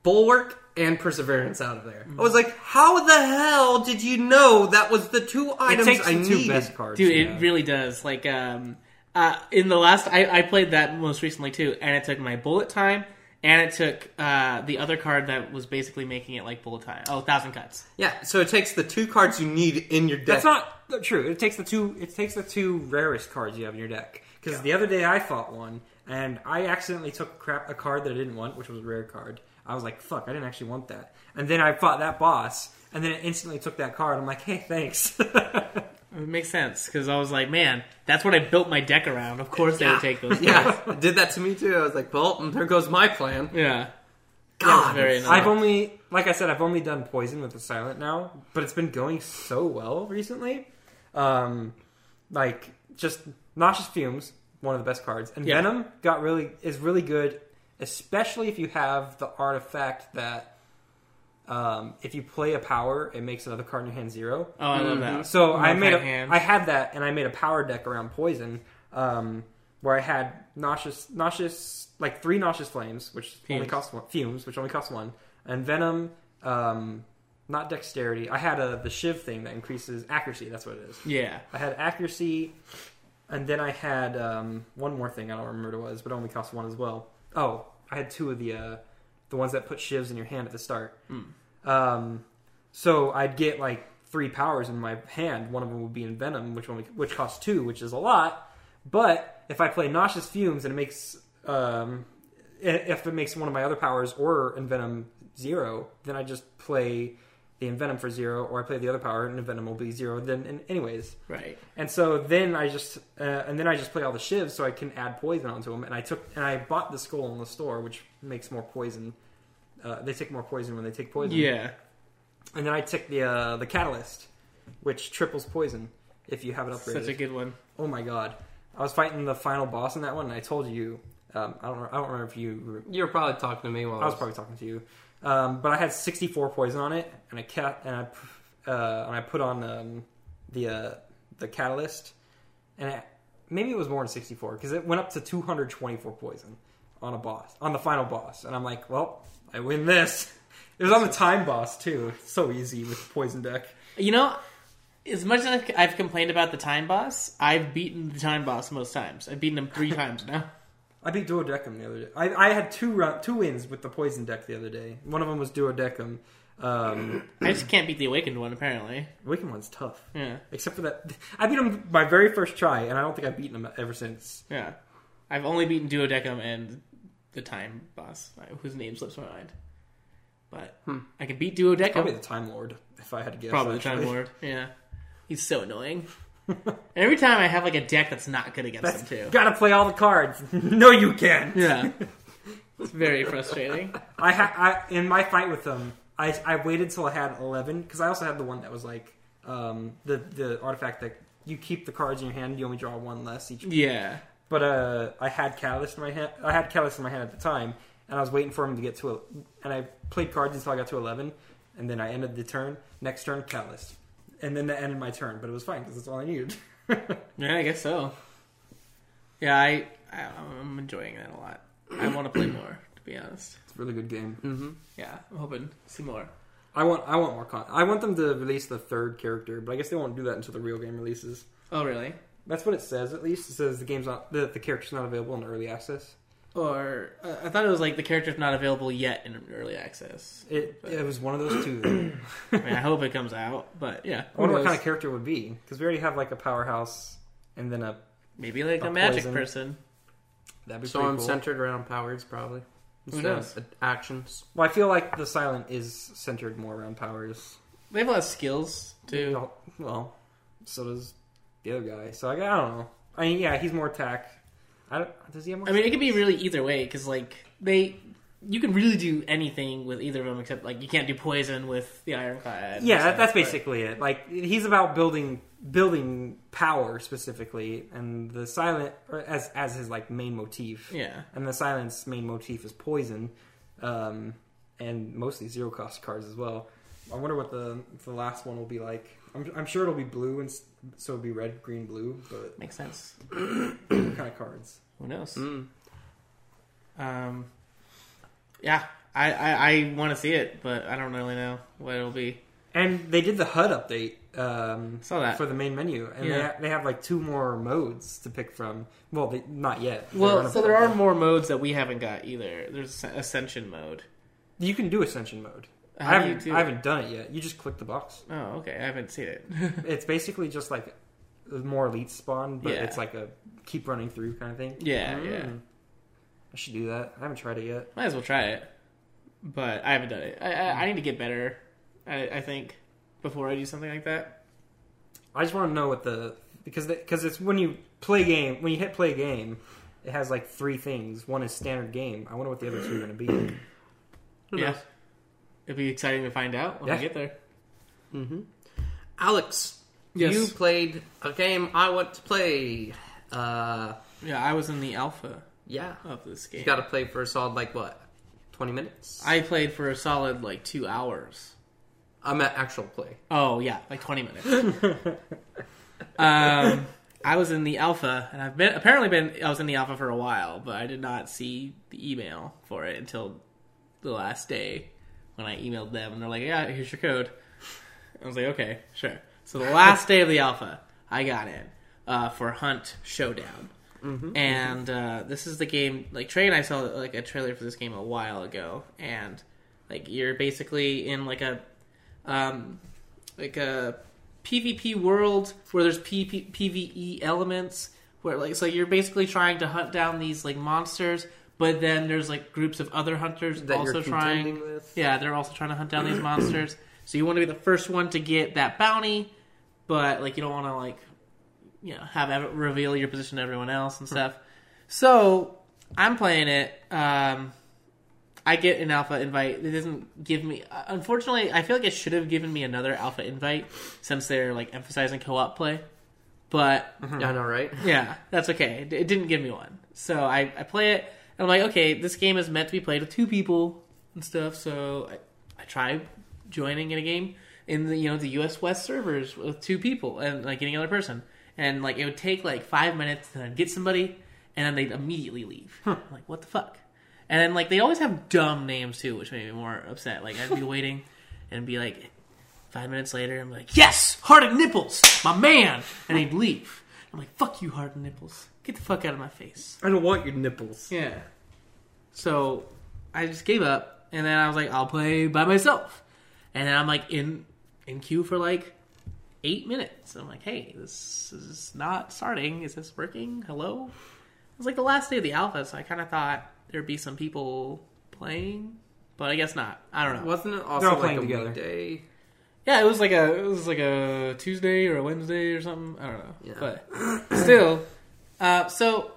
Speaker 2: Bulwark and Perseverance out of there. I was like, how the hell did you know that was the two
Speaker 3: It
Speaker 2: items
Speaker 3: takes
Speaker 2: I
Speaker 3: the two
Speaker 2: needed?
Speaker 3: best cards.
Speaker 1: dude
Speaker 3: yeah.
Speaker 1: it really does like um uh in the last I, I played that most recently too and it took my bullet time and it took uh the other card that was basically making it like bullet time oh thousand cuts
Speaker 2: Yeah, so it takes the two cards you need in your deck.
Speaker 3: That's not true. It takes the two. It takes the two rarest cards you have in your deck. Because the other day I fought one, and I accidentally took crap a card that I didn't want, which was a rare card. I was like, "Fuck, I didn't actually want that." And then I fought that boss, and then it instantly took that card. I'm like, "Hey, thanks." [LAUGHS]
Speaker 1: it makes sense because i was like man that's what i built my deck around of course they would take those
Speaker 2: [LAUGHS] Yeah, it did that to me too. I was like, well, mm, there goes my plan.
Speaker 1: yeah
Speaker 2: God,
Speaker 1: very
Speaker 2: it's-
Speaker 1: nice.
Speaker 3: I've only, like I said, I've only done poison with the silent now, but it's been going so well recently. Um, like just nauseous fumes, one of the best cards, and
Speaker 1: Yeah.
Speaker 3: venom got really is really good, especially if you have the artifact that um, if you play a power, it makes another card in your hand zero.
Speaker 1: oh i love
Speaker 2: Mm-hmm.
Speaker 1: that
Speaker 3: So I
Speaker 1: Multi
Speaker 3: made a,
Speaker 1: hand.
Speaker 3: I had that, and I made a power deck around poison, um, where I had nauseous, nauseous, like three nauseous flames, which only
Speaker 1: Fumes.
Speaker 3: cost one, fumes, which only cost one, and venom, um, not dexterity. I had a the shiv thing that increases accuracy. That's what it is.
Speaker 1: yeah
Speaker 3: I had accuracy, and then I had um, one more thing. I don't remember what it was, but it only cost one as well. Oh, I had two of the uh, the ones that put shivs in your hand at the start. Um, so I'd get like three powers in my hand. One of them would be in venom, which only which costs two, which is a lot. But if I play nauseous fumes and it makes um, i- if it makes one of my other powers or envenom zero, then I just play the envenom for zero, or I play the other power and envenom will be zero. Then, and anyways,
Speaker 1: right
Speaker 3: and so then I just uh, and then I just play all the shivs so I can add poison onto them. And I took and I bought the skull in the store, which makes more poison. Uh, they take more poison when they take poison.
Speaker 1: yeah
Speaker 3: And then I took the uh, the catalyst, which triples poison if you have it upgraded.
Speaker 1: such a good one
Speaker 3: oh my god! I was fighting the final boss in that one, and I told you. Um, I don't. know- I don't remember if you. were-
Speaker 2: You were probably talking to me while
Speaker 3: I was probably talking to you, um, but I had 64 poison on it, and I kept and I uh, and I put on um, the uh, the catalyst, and it, maybe it was more than 64 because it went up to 224 poison on a boss on the final boss, and I'm like, well, I win this. It was on the time boss too. It's so easy with the poison deck.
Speaker 1: you know as much as I've- I've complained about the time boss, I've beaten the time boss most times. I've beaten him
Speaker 3: [LAUGHS]
Speaker 1: three times now.
Speaker 3: I beat Duodecum the other day. I, I had two run, two wins with the poison deck the other day. One of them was Duodecum. Um,
Speaker 1: I just can't beat the awakened one, apparently.
Speaker 3: Wicked one's tough.
Speaker 1: Yeah.
Speaker 3: Except for that, [LAUGHS] I beat him my very first try, and I don't think I've beaten him ever since.
Speaker 1: Yeah. I've only beaten Duodecum and the time boss, uh, whose name slips my mind. But I can beat Duodecum.
Speaker 3: Hmm. Probably
Speaker 1: Probably,
Speaker 3: the Time Lord, if I had to guess.
Speaker 1: the Time
Speaker 3: actually.
Speaker 1: Lord. Yeah. He's so annoying. and every time I have like a deck that's not good against
Speaker 3: [LAUGHS] That's,
Speaker 1: him
Speaker 3: [LAUGHS]
Speaker 1: too.
Speaker 3: gotta play all the cards. [LAUGHS] no, you can.
Speaker 1: Yeah. it's very
Speaker 3: [LAUGHS]
Speaker 1: frustrating.
Speaker 3: I, ha- I in my fight with him, I, I waited till I had eleven because I also had the one that was like um, the the artifact that you keep the cards in your hand, you only draw one less each
Speaker 1: Yeah.
Speaker 3: But uh, I had Catalyst in my hand. I had Catalyst in my hand at the time, and I was waiting for him to get to. A, and I played cards until I got to eleven, and then I ended the turn. Next turn, Catalyst, and then that ended my turn. But it was fine because that's all I needed. [LAUGHS]
Speaker 1: Yeah, I guess so. Yeah, I, I I'm enjoying that a lot. I want to play more, to be honest.
Speaker 3: it's a really good game.
Speaker 2: Mm-hmm.
Speaker 1: Yeah, I'm hoping to see more.
Speaker 3: I want I want more con. I want them to release the third character, but I guess they won't do that until the real game releases.
Speaker 1: Oh, really?
Speaker 3: That's what it says. At least it says the game's not the, the character's not available in early access.
Speaker 1: Or uh, I thought it was like the character's not available yet in early access.
Speaker 3: It it was one of those two.
Speaker 1: I mean, I hope it comes out, but yeah,
Speaker 3: I wonder what kind of character it would be because we already have like a powerhouse and then a
Speaker 1: maybe like a
Speaker 3: A
Speaker 1: magic
Speaker 3: poison.
Speaker 1: person.
Speaker 3: that'd be
Speaker 2: So
Speaker 3: pretty
Speaker 2: I'm
Speaker 3: cool.
Speaker 2: centered around powers, probably. Instead
Speaker 1: knows?
Speaker 2: of Actions.
Speaker 3: Well, I feel like the silent is centered more around powers.
Speaker 1: They have a lot of skills too.
Speaker 3: Well, well, so does the other guy. So like, I don't know. I mean, yeah, he's more attack. I don't, does he have more?
Speaker 1: I mean, it could be really either way because like they, you can really do anything with either of them except like you can't do poison with the ironclad.
Speaker 3: yeah,
Speaker 1: so,
Speaker 3: that, that's
Speaker 1: but-
Speaker 3: basically it. Like he's about building building power specifically, and the silent or as as his like main motif.
Speaker 1: Yeah,
Speaker 3: And the silent's main motif is poison, um, and mostly zero cost cards as well. I wonder what the the last one will be like. I'm, I'm sure it'll be blue, and s- so it'll be red, green, blue. But
Speaker 1: makes sense.
Speaker 3: kind of cards.
Speaker 2: Mm.
Speaker 1: Who knows? Um, yeah, I I, I want to see it, but I don't really know what it'll be.
Speaker 3: And they did the HUD update um,
Speaker 1: Saw that.
Speaker 3: for the main menu, and they,
Speaker 1: Uh, Yeah.
Speaker 3: ha- they have like two more modes to pick from. Well, they, not yet. They're
Speaker 1: Well,
Speaker 3: unavailable.
Speaker 1: so there are more modes that we haven't got either. There's Ascension mode.
Speaker 3: You can do Ascension mode.
Speaker 1: How do
Speaker 3: I
Speaker 1: you
Speaker 3: haven't,
Speaker 1: do
Speaker 3: I
Speaker 1: it?
Speaker 3: haven't done it yet. You just click
Speaker 1: [LAUGHS]
Speaker 3: the box.
Speaker 1: Oh, okay. I haven't seen
Speaker 3: [LAUGHS]
Speaker 1: it.
Speaker 3: It's basically just like more elite spawn, but
Speaker 1: Yeah.
Speaker 3: it's like a keep running through kind of thing. Hmm.
Speaker 1: yeah,
Speaker 3: Mm.
Speaker 1: yeah.
Speaker 3: I should do that. I haven't tried it yet.
Speaker 1: Might as well try it. But I haven't done it. I I, I need to get better. I, I think before I do something like that.
Speaker 3: I just want to know what the because because it's when you play game when you hit play game, it has like three things. One is standard game. I wonder what the other two are going to be.
Speaker 1: yeah. It'd be exciting to find out when
Speaker 3: Yeah.
Speaker 1: we get there.
Speaker 2: Alex,
Speaker 1: Yes.
Speaker 2: you played a game I want to play. Uh,
Speaker 1: Yeah, I was in the alpha
Speaker 2: yeah,
Speaker 1: of this game.
Speaker 2: you got to play for a solid like what, twenty minutes?
Speaker 1: I played for a solid like two hours.
Speaker 2: I'm at actual play.
Speaker 1: Oh yeah, like twenty minutes. um, I was in the alpha, and I've been apparently been I was in the alpha for a while, but I did not see the email for it until the last day when I emailed them, and they're like, "Yeah, here's your code." I was like, "Okay, sure." So the last day of the alpha, I got in uh, for Hunt Showdown.
Speaker 2: Mm-hmm.
Speaker 1: And uh, this is the game. Like Trey and I saw like a trailer for this game a while ago, and like you're basically in like a um, like a PvP world where there's PV- PvE E elements where like so you're basically trying to hunt down these like monsters, but then there's like groups of other hunters
Speaker 2: That
Speaker 1: also
Speaker 2: you're
Speaker 1: trying.
Speaker 2: contending with.
Speaker 1: Yeah, they're also trying to hunt down these monsters. So you want to be the first one to get that bounty, but like you don't want to like you know have ev- reveal your position to everyone else and stuff. So I'm playing it. Um, I get an alpha invite. It doesn't give me. uh, Unfortunately, I feel like it should have given me another alpha invite since they're like emphasizing co-op play. But
Speaker 2: Yeah, I know, right?
Speaker 1: [LAUGHS] yeah, that's okay. It- It didn't give me one. So I, I play it, and I'm like, okay, this game is meant to be played with two people and stuff. So I, I try joining in a game in the you know the U.S. West servers with two people and like getting another person, and like it would take like five minutes, and I'd get somebody, and then they'd immediately leave. I'm like, what the fuck? And then like they always have dumb names too, which made me more upset. Like I'd be waiting and be like, Five minutes later, I'm like, yes, Hardened Nipples, my man, and they'd leave. I'm like, fuck you, Hardened Nipples, get the fuck out of my face.
Speaker 6: I don't want your nipples.
Speaker 1: Yeah. So I just gave up, and then I was like, I'll play by myself. And then I'm like in in queue for like eight minutes. I'm like, hey, this is not starting. Is this working? Hello. It was like the last day of the alpha, so I kind of thought there'd be some people playing, but I guess not. I don't know.
Speaker 2: Wasn't it
Speaker 3: They're
Speaker 2: also
Speaker 3: all
Speaker 2: like
Speaker 3: playing
Speaker 2: a
Speaker 3: together.
Speaker 2: weekday?
Speaker 1: Yeah, it was like a it was like a Tuesday or a Wednesday or something. I don't know,
Speaker 2: Yeah.
Speaker 1: but still. Uh, so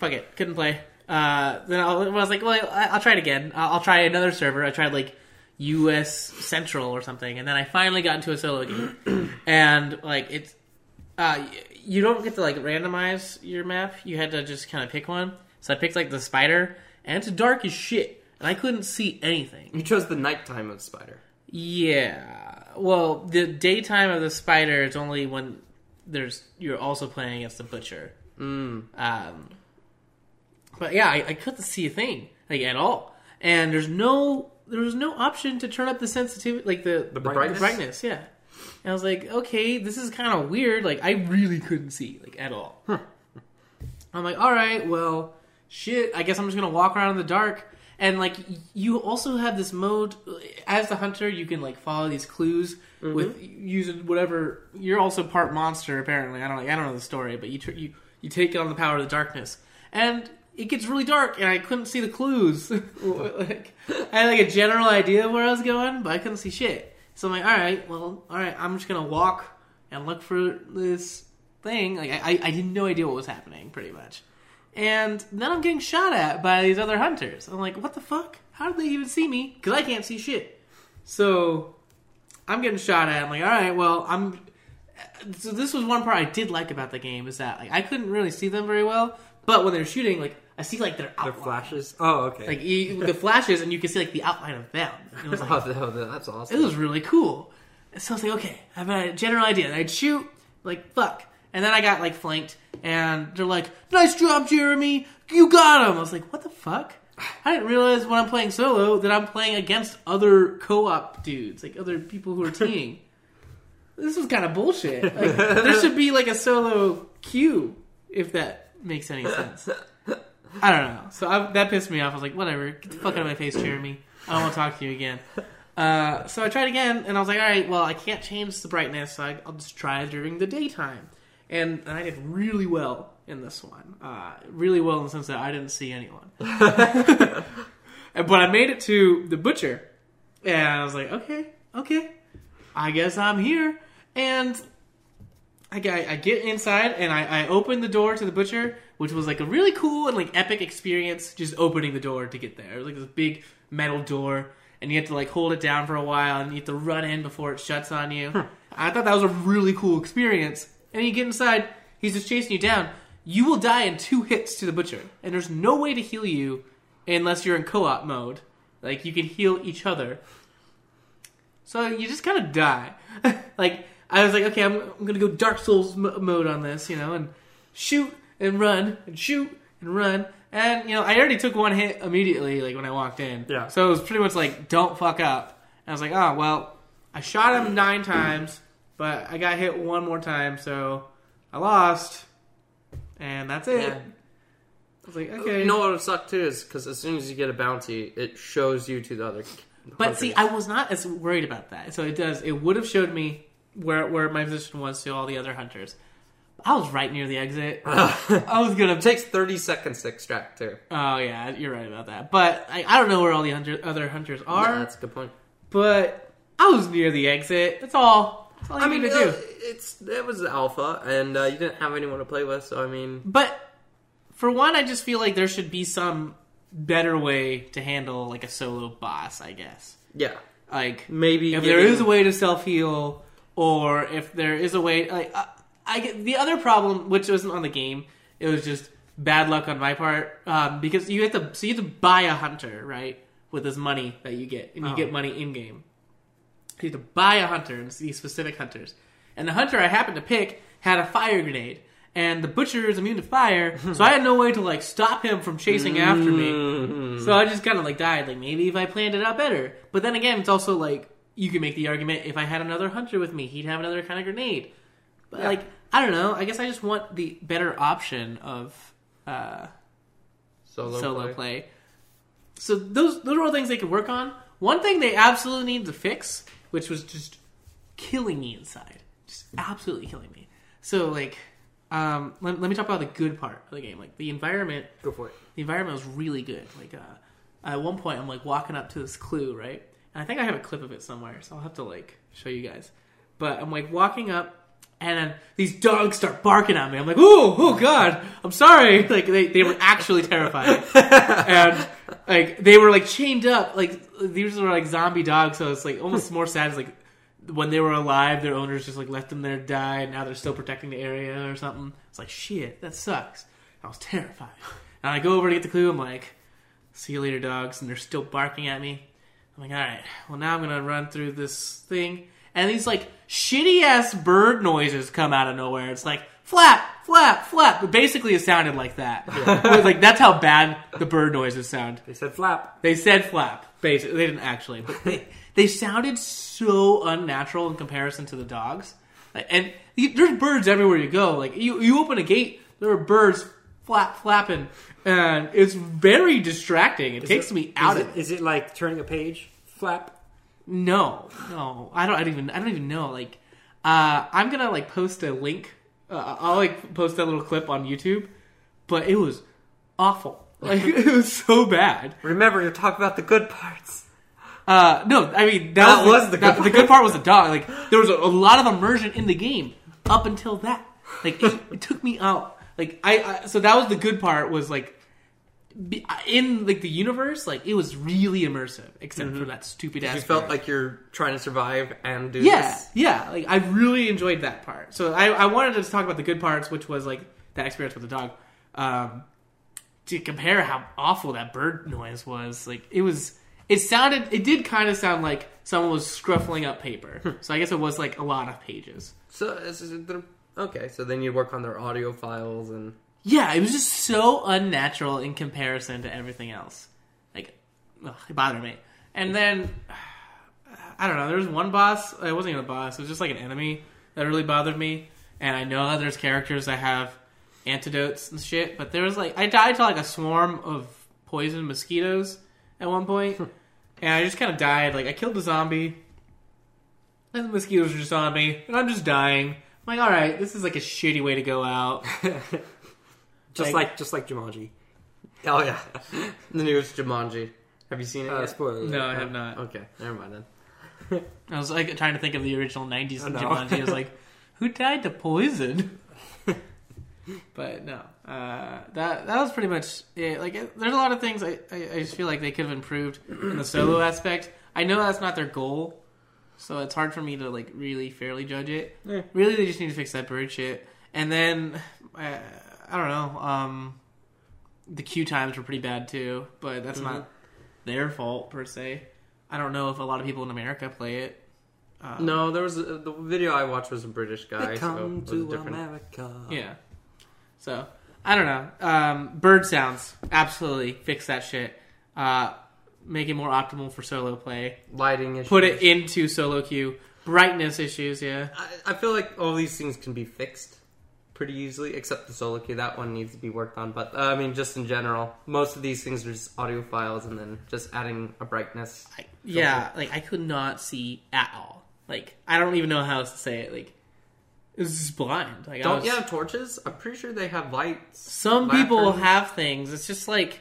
Speaker 1: fuck it, couldn't play. Uh, then I was like, well, I- I'll try it again. I'll, I'll try another server. I tried like U.S. Central or something, and then I finally got into a solo game. and like it's, uh, y- you don't get to like randomize your map. You had to just kind of pick one. So I picked like the spider, and it's dark as shit, and I couldn't see anything.
Speaker 2: You chose the nighttime of Spider.
Speaker 1: Yeah. Well, the daytime of the spider is only when there's you're also playing against the butcher. Um, but yeah, I, I couldn't see a thing like at all, and there's no there was no option to turn up the sensitivity like the the
Speaker 3: brightness?
Speaker 1: brightness, yeah. And I was like, okay, this is kind of weird. Like I really couldn't see like at all. I'm like, all right, well, shit. I guess I'm just gonna walk around in the dark. And like, y- you also have this mode as the hunter. You can like follow these clues with using whatever. You're also part monster, apparently. I don't. I don't know the story, but you tr- you you take on the power of the darkness, and it gets really dark, and I couldn't see the clues. [LAUGHS] like, I had like a general idea of where I was going, but I couldn't see shit. So I'm like, all right, well, all right, I'm just gonna walk and look for this thing. Like I, I, I had no idea what was happening, pretty much. And then I'm getting shot at by these other hunters. I'm like, what the fuck? How did they even see me? Because I can't see shit. So I'm getting shot at. I'm like, all right, well, I'm. So this was one part I did like about the game is that like I couldn't really see them very well, but when they're shooting, like I see like their
Speaker 3: Their
Speaker 1: outline,
Speaker 3: flashes. Oh, okay.
Speaker 1: like you, the flashes, and you can see like the outline of them. And it was like,
Speaker 2: Oh, that's
Speaker 1: it
Speaker 2: awesome.
Speaker 1: was really cool. And so I was like, okay, I've had a general idea. And I'd shoot, like, fuck. And then I got, like, flanked, and they're like, nice job, Jeremy. you got him. I was like, what the fuck? I didn't realize when I'm playing solo that I'm playing against other co-op dudes, like other people who are teaming. [LAUGHS] this was kind of bullshit. Like, there should be like a solo queue, if that makes any sense. I don't know. So I, that pissed me off. I was like, whatever, get the fuck out of my face, Jeremy. I don't want to talk to you again. Uh, so I tried again, and I was like, all right, well, I can't change the brightness, so I, I'll just try during the daytime. And, and I did really well in this one. Uh, really well in the sense that I didn't see anyone. And- but I made it to the butcher, and I was like, okay, okay, I guess I'm here. And I, I, I get inside and I, I open the door to the butcher, which was like a really cool and like epic experience. Just opening the door to get there, it was like this big metal door, and you have to like hold it down for a while, and you have to run in before it shuts on you. I thought that was a really cool experience. And you get inside, he's just chasing you down. You will die in two hits to the butcher, and there's no way to heal you unless you're in co-op mode. Like you can heal each other. So you just kind of die. [LAUGHS] like I was like, okay, I'm, I'm gonna go Dark Souls m- mode on this, you know, and shoot and run and shoot and run. And you know, I already took one hit immediately, like when I walked in.
Speaker 3: Yeah.
Speaker 1: So it was pretty much like, don't fuck up. And I was like, oh well, I shot him nine times, but I got hit one more time, so I lost. And that's it.
Speaker 2: Yeah.
Speaker 1: I was like, okay.
Speaker 2: You know what would suck too is because as soon as you get a bounty, it shows you to the other.
Speaker 1: But see, I was not as worried about that. So it does. It would have showed me where where my position was to all the other hunters. I was right near the
Speaker 2: [LAUGHS]
Speaker 1: exit. I was gonna.
Speaker 2: [LAUGHS] it takes thirty seconds to extract too.
Speaker 1: Oh yeah, you're right about that. But I, I don't know where all the hunter, other hunters are.
Speaker 2: Yeah, that's a good point.
Speaker 1: But I was near the exit. That's all. That's all I,
Speaker 2: I mean, uh,
Speaker 1: need
Speaker 2: it,
Speaker 1: to do.
Speaker 2: it's it was alpha, and uh, you didn't have anyone to play with, so I mean,
Speaker 1: But for one, I just feel like there should be some better way to handle like a solo boss. I guess
Speaker 2: yeah,
Speaker 1: like
Speaker 2: maybe
Speaker 1: if there
Speaker 2: getting-
Speaker 1: is a way to self heal, or if there is a way, like I, I get the other problem, which wasn't on the game, it was just bad luck on my part um, because you have to, so you have to buy a hunter, right, with this money that you get, and you
Speaker 3: Oh.
Speaker 1: get money in game. You have to buy a hunter and it's these specific hunters, and the hunter I happened to pick had a fire grenade. And the butcher is immune to fire, so I had no way to like stop him from chasing after me. So I just kind of like died. Like maybe if I planned it out better. But then again, it's also like you can make the argument if I had another hunter with me, he'd have another kind of grenade. But like I don't know. I guess I just want the better option of uh,
Speaker 2: solo,
Speaker 1: solo play.
Speaker 2: play.
Speaker 1: So those those are all things they could work on. One thing they absolutely need to fix, which was just killing me inside, just absolutely killing me. So like, um, let, let me talk about the good part of the game, like the environment
Speaker 3: Go for it.
Speaker 1: the environment was really good. Like uh, at one point, I'm like walking up to this clue, right? And I think I have a clip of it somewhere, so I'll have to like show you guys. But I'm like walking up, and then these dogs start barking at me. I'm like, oh, oh god, I'm sorry. [LAUGHS] Like they, they were actually terrified, and like they were like chained up. Like these were like zombie dogs, so it's like almost more sad. It's like when they were alive, their owners just like left them there to die, and now they're still protecting the area or something. It's like shit, that sucks. I was terrified, and I go over to get the clue. I'm like, "See you later, dogs," and they're still barking at me. I'm like, "All right, well now I'm gonna run through this thing," and these like shitty ass bird noises come out of nowhere. It's like flap, flap, flap. But basically, it sounded like that. [LAUGHS] It was like that's how bad the bird noises sound.
Speaker 3: They said flap.
Speaker 1: They said flap. Basically, they didn't actually, but
Speaker 3: [LAUGHS]
Speaker 1: they, they sounded so unnatural in comparison to the dogs. Like, and you, there's birds everywhere you go. Like you, you open a gate, there are birds flap flapping, and it's very distracting. It takes me out
Speaker 3: Is
Speaker 1: of
Speaker 3: it, is it like turning a page? Flap.
Speaker 1: no, no, I don't, I don't even, I don't even know. Like, uh, I'm gonna like post a link. Uh, I'll like post that little clip on YouTube, but it was awful. [LAUGHS] Like it was so bad.
Speaker 6: Remember to talk about the good parts.
Speaker 1: Uh, no, I mean
Speaker 6: That
Speaker 1: that,
Speaker 6: was the good
Speaker 1: that- the good part was the dog. Like there was a, a lot of immersion in the game up until that. Like it, it took me out. Like I, I so that was the good part was like be- in like the universe like it was really immersive except for that stupid ass.
Speaker 2: You felt
Speaker 1: bird.
Speaker 2: like you're trying to survive and do
Speaker 1: yeah
Speaker 2: this.
Speaker 1: yeah like I really enjoyed that part. So I I wanted to just talk about the good parts, which was like that experience with the dog. Um, to compare how awful that bird noise was, like it was, it sounded, it did kind of sound like someone was scruffling up paper. so I guess it was like a lot of pages.
Speaker 2: So, it's- it's- they're- okay, so then you work on their audio files and
Speaker 1: yeah, it was just so unnatural in comparison to everything else. Like, ugh, it bothered me. And then, [SIGHS] I don't know, there was one boss, it wasn't even a boss, it was just like an enemy that really bothered me. And I know that there's characters that have antidotes and shit, but there was like, I died to like a swarm of poison mosquitoes at one point, and I just kind of died. Like, I killed the zombie, and the mosquitoes are just on me, and I'm just dying. I'm like, alright, this is like a shitty way to go out.
Speaker 3: [LAUGHS]
Speaker 1: Like-
Speaker 3: just like, just like Jumanji.
Speaker 2: Oh yeah, [LAUGHS] the newest Jumanji. Have you seen it?
Speaker 3: Uh,
Speaker 2: yet?
Speaker 3: spoiler.
Speaker 1: No, I
Speaker 3: alert.
Speaker 1: have not.
Speaker 2: Okay, never mind then.
Speaker 1: I was like trying to think of the original '90s
Speaker 3: Oh,
Speaker 1: and
Speaker 3: no.
Speaker 1: Jumanji. I was like, who died to poison? but no, uh, that that was pretty much it. Like, it, there's a lot of things I, I, I just feel like they could have improved in the solo aspect. I know that's not their goal, so it's hard for me to like really fairly judge it.
Speaker 3: Yeah.
Speaker 1: Really, they just need to fix that bird shit, and then uh, I don't know. Um, the queue times were pretty bad too, but that's not their fault per se. I don't know if a lot of people in America play it. Um,
Speaker 2: No, there was a, the video I watched was a British guy.
Speaker 3: They
Speaker 2: so
Speaker 3: come
Speaker 2: it was a
Speaker 3: to
Speaker 2: different.
Speaker 3: America.
Speaker 1: Yeah. So I don't know. Um, bird sounds absolutely fix that shit. Uh, make it more optimal for solo play.
Speaker 2: lighting issues.
Speaker 1: Put it into solo queue. Brightness issues. Yeah.
Speaker 2: I, I feel like all these things can be fixed pretty easily, except the solo queue. That one needs to be worked on. But uh, I mean, just in general, most of these things are just audio files, and then just adding a brightness.
Speaker 1: I, yeah. Like I could not see at all. Like I don't even know how else to say it. Like it was just blind. Like I
Speaker 2: Don't
Speaker 1: was,
Speaker 2: you have torches? I'm pretty sure they have lights.
Speaker 1: Some people
Speaker 2: Lantern.
Speaker 1: have things. It's just like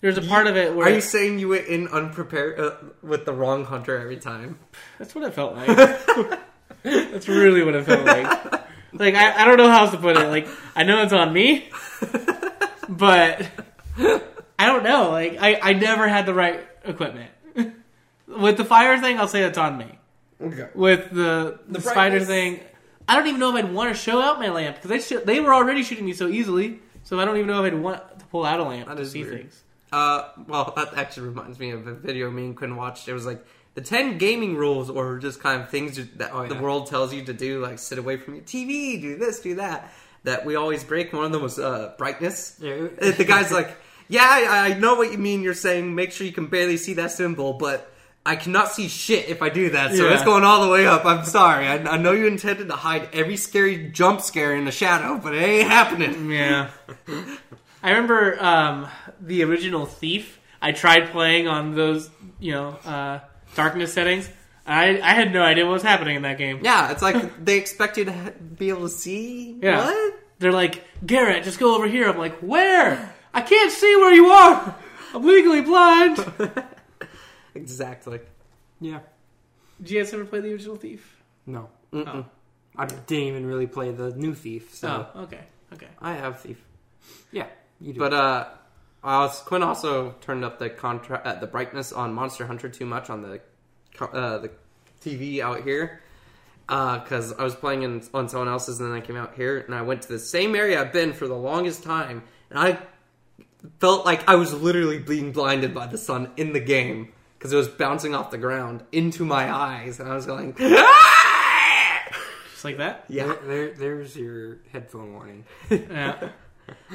Speaker 1: there's a part of it where
Speaker 2: Are you saying you went in unprepared uh, with the wrong hunter every time?
Speaker 1: That's what it felt like. [LAUGHS] That's really what it felt like. Like I, I don't know how else to put it. Like I know it's on me, but I don't know. Like I, I never had the right equipment. With the fire thing, I'll say that's on me.
Speaker 2: Okay.
Speaker 1: With the, the, spider
Speaker 2: brightness.
Speaker 1: thing, I don't even know if I'd want to show out my lamp because they sh- they were already shooting me so easily. So I don't even know if I'd want to pull out a lamp
Speaker 2: That
Speaker 1: to
Speaker 2: is
Speaker 1: see
Speaker 2: weird.
Speaker 1: things.
Speaker 2: Uh, well, that actually reminds me of a video me and Quinn watched. It was like the ten gaming rules, or just kind of things you- that
Speaker 3: Oh, yeah.
Speaker 2: the world tells you to do, like sit away from your TV, do this, do that. That we always break. One of them was uh, brightness.
Speaker 3: Yeah, it-
Speaker 2: Uh,
Speaker 3: [LAUGHS]
Speaker 2: the guy's like, "Yeah, I, I know what you mean. You're saying make sure you can barely see that symbol, but." I cannot see shit if I do that, so
Speaker 1: Yeah.
Speaker 2: it's going all the way up. I'm sorry. I, I know you intended to hide every scary jump scare in the shadow, but it ain't happening.
Speaker 1: Yeah. I remember um, the original Thief. I tried playing on those, you know, uh, darkness settings. I, I had no idea what was happening in that game.
Speaker 2: Yeah, it's like [LAUGHS] they expect you to ha- be able to see
Speaker 1: Yeah.
Speaker 2: what?
Speaker 1: They're like, Garrett, just go over here. I'm like, where? I can't see where you are. I'm legally blind.
Speaker 2: Exactly.
Speaker 3: Yeah.
Speaker 1: Did you guys ever play the original Thief?
Speaker 3: No,
Speaker 1: Mm-mm.
Speaker 3: I didn't even really play the new Thief. So
Speaker 1: Oh, okay. Okay.
Speaker 2: I have thief,
Speaker 3: yeah, you do.
Speaker 2: but uh, I was, Quinn also turned up the contra- uh, the brightness on Monster Hunter too much on the co- uh, the TV out here because I was playing in, on someone else's, and then I came out here and I went to the same area I've been for the longest time, and I felt like I was literally being blinded by the sun in the game because it was bouncing off the ground into my eyes, and I was going. [LAUGHS]
Speaker 1: Just like that?
Speaker 2: Yeah,
Speaker 3: there, there, there's your headphone warning. [LAUGHS]
Speaker 1: Yeah. Can't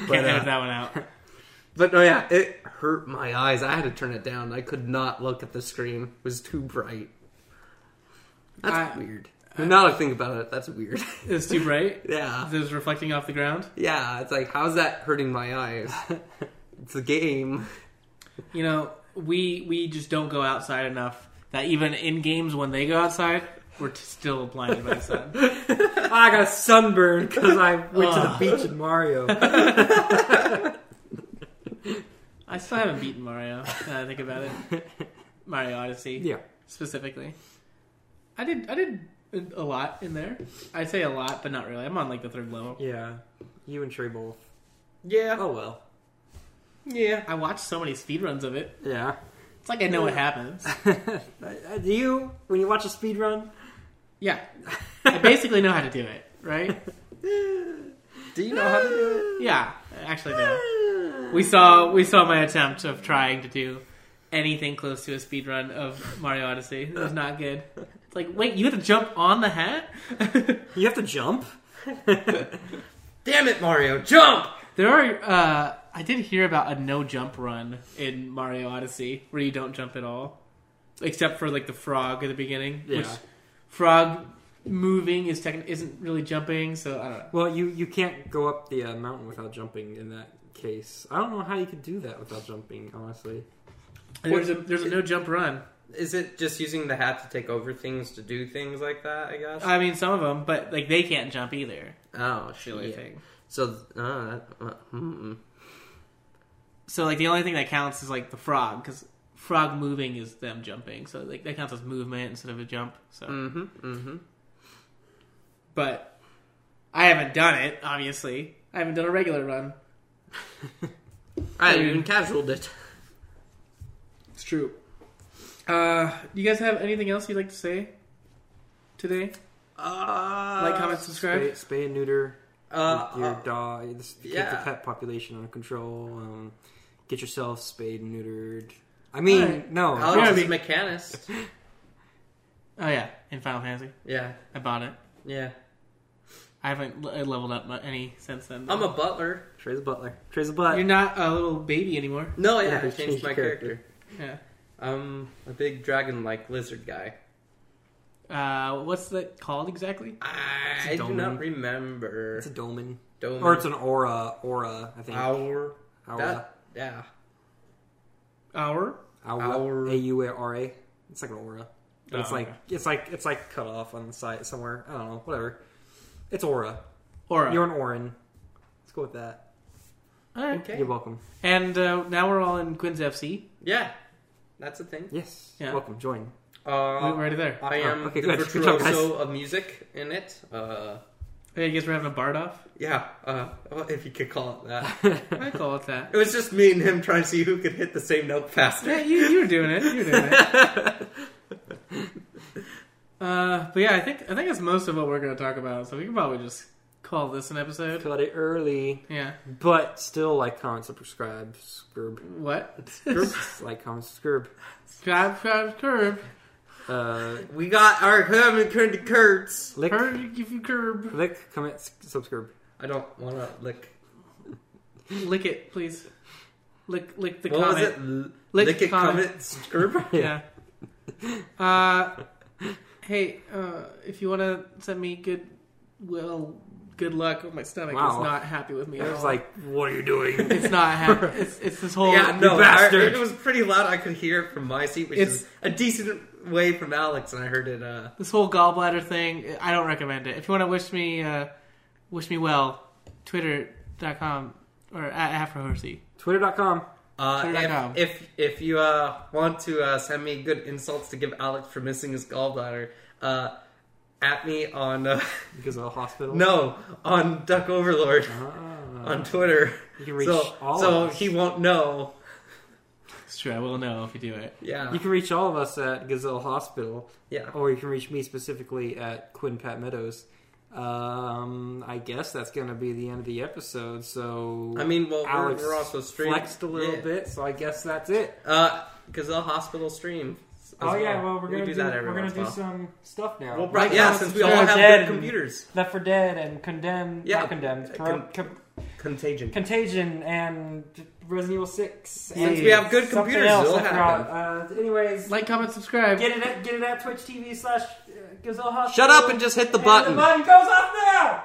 Speaker 2: But, uh,
Speaker 1: edit that one out.
Speaker 2: But no, yeah, it hurt my eyes. I had to turn it down. I could not look at the screen. It was too bright. That's
Speaker 1: I-
Speaker 2: weird. now that I think about it, that's weird. [LAUGHS]
Speaker 1: It's too bright.
Speaker 2: yeah.
Speaker 1: It was reflecting off the ground.
Speaker 2: Yeah, it's like, how's that hurting my
Speaker 6: [LAUGHS]
Speaker 2: eyes? it's a game.
Speaker 1: You know, we we just don't go outside enough that even in games when they go outside, we're t- still blinded by the sun.
Speaker 3: I got sunburned because I went to the
Speaker 1: Ugh.
Speaker 3: beach in Mario. [LAUGHS]
Speaker 1: I still haven't beaten Mario. Now that I think about it, Mario Odyssey
Speaker 3: yeah,
Speaker 1: specifically. I did I did a lot in there. I'd say a lot, but not really. I'm on like the third level.
Speaker 3: yeah. You and Trey both.
Speaker 2: Yeah.
Speaker 3: Oh well.
Speaker 2: Yeah.
Speaker 1: I watched so many speedruns of it.
Speaker 3: Yeah.
Speaker 1: It's like I know what happens.
Speaker 3: [LAUGHS] Do you when you watch a speed run?
Speaker 1: Yeah, I basically know how to do it, right?
Speaker 2: Do you know how to do
Speaker 1: Yeah, I actually no.
Speaker 3: [LAUGHS]
Speaker 2: it?
Speaker 1: We saw we saw my attempt of trying to do anything close to a speed run of Mario Odyssey. It was not good. It's like, wait, you had to jump on the hat? [LAUGHS]
Speaker 3: You have to jump.
Speaker 2: Damn it, Mario, jump!
Speaker 1: There are. Uh, I did hear about a no jump run in Mario Odyssey where you don't jump at all, except for like the frog at the beginning. Which
Speaker 3: Yeah.
Speaker 1: frog moving is techn- isn't really jumping, so I don't know.
Speaker 3: Well, you you can't go up the uh, mountain without jumping in that case. I don't know how you could do that without jumping, honestly.
Speaker 1: There's a there's a no jump run.
Speaker 6: Is it just using the hat to take over things to do things like that? I guess.
Speaker 1: I mean, some of them, but like they can't jump either.
Speaker 2: Oh,
Speaker 1: The only
Speaker 2: shit.
Speaker 1: thing.
Speaker 2: So, uh, uh, mm-mm.
Speaker 1: So like the only thing that counts is like the frog because frog moving is them jumping. So like that counts as movement instead of a jump. So.
Speaker 2: Mm-hmm. Mm-hmm.
Speaker 1: but I haven't done it. Obviously, I haven't done a regular run.
Speaker 2: I even casualed it.
Speaker 1: It's true. Uh, you guys have anything else you'd like to say today?
Speaker 2: Uh,
Speaker 1: Like, comment, subscribe.
Speaker 3: Spay, spay and neuter
Speaker 2: Uh,
Speaker 3: your
Speaker 2: uh,
Speaker 3: dog. This, keep
Speaker 2: yeah.
Speaker 3: the pet population under control. Um, get yourself spayed and neutered. I mean,
Speaker 1: Alright.
Speaker 3: no.
Speaker 2: Alex
Speaker 1: Yeah, I
Speaker 2: is a
Speaker 1: mean-
Speaker 2: mechanist.
Speaker 1: Oh yeah, in Final Fantasy,
Speaker 2: Yeah,
Speaker 1: I bought it.
Speaker 2: yeah.
Speaker 1: I haven't l- I leveled up mu- any since then. though.
Speaker 2: I'm a butler.
Speaker 3: Trey's a butler. Trey's a butt.
Speaker 1: You're not a little baby anymore.
Speaker 2: No,
Speaker 3: Yeah,
Speaker 2: yeah, I
Speaker 3: you
Speaker 2: changed my character.
Speaker 1: Yeah.
Speaker 2: I'm a big dragon-like lizard guy.
Speaker 1: Uh, what's that called exactly?
Speaker 2: I
Speaker 3: It's a
Speaker 2: do not
Speaker 3: dolmen.
Speaker 2: remember.
Speaker 3: It's a dolmen,
Speaker 2: Dolmen.
Speaker 3: or it's an aura. Aura, I think.
Speaker 2: hour.
Speaker 3: Aura.
Speaker 2: That, yeah.
Speaker 1: Hour.
Speaker 3: Aura.
Speaker 2: Aura.
Speaker 3: A U A R A. It's like an aura. But it's
Speaker 1: Oh,
Speaker 3: like
Speaker 1: okay.
Speaker 3: it's like it's like cut off on the side somewhere. I don't know. Whatever. It's aura.
Speaker 1: Aura.
Speaker 3: You're an Orin. Let's go with that.
Speaker 1: All right.
Speaker 2: Okay.
Speaker 3: You're welcome.
Speaker 1: And uh, now we're all in Quinn's FC.
Speaker 2: Yeah. That's a thing.
Speaker 3: Yes.
Speaker 1: Yeah.
Speaker 3: Welcome. Join.
Speaker 1: We're
Speaker 2: Uh,
Speaker 1: already there.
Speaker 2: I am
Speaker 3: Oh, okay,
Speaker 2: the
Speaker 3: good. [LAUGHS] Good job, guys.
Speaker 2: virtuoso of music in it. Uh,
Speaker 1: Hey, you guys were having a bard [LAUGHS] off.
Speaker 2: yeah, uh, well, if you could call it that.
Speaker 1: I call it that.
Speaker 2: It was just me and him trying to see who could hit the same note
Speaker 1: Yeah,
Speaker 2: faster.
Speaker 1: you, you were doing it. You were doing it. [LAUGHS] Uh, but yeah, I think I think that's most of what we're going to talk about. So we can probably just call this an episode.
Speaker 3: Cut it early,
Speaker 1: Yeah.
Speaker 3: but still like, comment, subscribe, scurb.
Speaker 1: What?
Speaker 2: [LAUGHS]
Speaker 3: like, comment, subscribe.
Speaker 1: Subscribe, subscribe, curb.
Speaker 3: Uh,
Speaker 2: we got our Herman Curdy Kurtz.
Speaker 3: lick,
Speaker 1: Curb, give you curb.
Speaker 3: lick, comment, s- subscribe.
Speaker 2: I don't want to lick.
Speaker 1: Lick it, please. Lick, lick the
Speaker 2: What
Speaker 1: comment.
Speaker 2: was it? L-
Speaker 1: Lick
Speaker 2: Lick, it,
Speaker 1: comment.
Speaker 2: comment, scurb?
Speaker 3: [LAUGHS]
Speaker 1: Yeah. uh, hey, uh, if you want to send me good, well, good luck. with my stomach It's
Speaker 3: Wow.
Speaker 1: not happy with me.
Speaker 3: I
Speaker 1: at
Speaker 3: was
Speaker 1: all.
Speaker 3: like, what are you doing?
Speaker 2: [LAUGHS]
Speaker 1: it's not [LAUGHS] happy. It's, it's this whole.
Speaker 2: Yeah, no, I,
Speaker 3: bastard.
Speaker 2: it was pretty loud. I could hear it from my seat, which
Speaker 1: It's-
Speaker 2: is a decent way from Alex, and I heard it. Uh,
Speaker 1: this whole gallbladder thing i don't recommend it if you want to wish me uh, wish me well twitter.com or at afrohersey
Speaker 3: Twitter.com.
Speaker 2: uh,
Speaker 1: Twitter.com.
Speaker 2: if, if if you uh, want to uh, send me good insults to give Alex for missing his gallbladder, uh, at me on uh, [LAUGHS]
Speaker 3: Because of the hospital.
Speaker 2: no on Duck Overlord
Speaker 3: Ah.
Speaker 2: on Twitter.
Speaker 3: You can reach
Speaker 2: so
Speaker 3: all
Speaker 2: so
Speaker 3: of us.
Speaker 2: he won't know.
Speaker 1: it's true i will know if you do it
Speaker 2: Yeah,
Speaker 3: You can reach all of us at Gazelle Hospital,
Speaker 2: yeah.
Speaker 3: or you can reach me specifically at Quinn Pat Meadows. Um, I guess that's going to be the end of the episode. So
Speaker 2: I mean, well, we're,
Speaker 3: Alex
Speaker 2: we're also streaming.
Speaker 3: flexed a little
Speaker 2: Yeah.
Speaker 3: bit, so I guess that's it.
Speaker 2: Uh, Gazelle Hospital stream. as
Speaker 3: Oh yeah, well we're
Speaker 2: We
Speaker 3: gonna
Speaker 2: do, that every
Speaker 3: we're gonna
Speaker 2: once
Speaker 3: do
Speaker 2: in a while.
Speaker 3: some stuff now.
Speaker 2: Well,
Speaker 3: Like
Speaker 2: right, yeah,
Speaker 3: Alex
Speaker 2: since we
Speaker 3: Jones
Speaker 2: all have
Speaker 3: Dead
Speaker 2: good
Speaker 3: and
Speaker 2: computers.
Speaker 3: Left for Dead and Condemned,
Speaker 2: Yeah. Uh,
Speaker 3: not Condemned, Cor- Co-
Speaker 2: Contagion.
Speaker 3: Contagion and Resident Evil Six.
Speaker 2: Since
Speaker 3: and
Speaker 2: we have good
Speaker 3: something
Speaker 2: computers,
Speaker 3: else
Speaker 2: it'll
Speaker 3: I forgot. Uh, anyways,
Speaker 1: like comment subscribe
Speaker 3: get it at get it at Twitch TV slash uh, Gazelle Hospital.
Speaker 2: Shut up and just hit the
Speaker 3: And
Speaker 2: button.
Speaker 3: The button goes up now.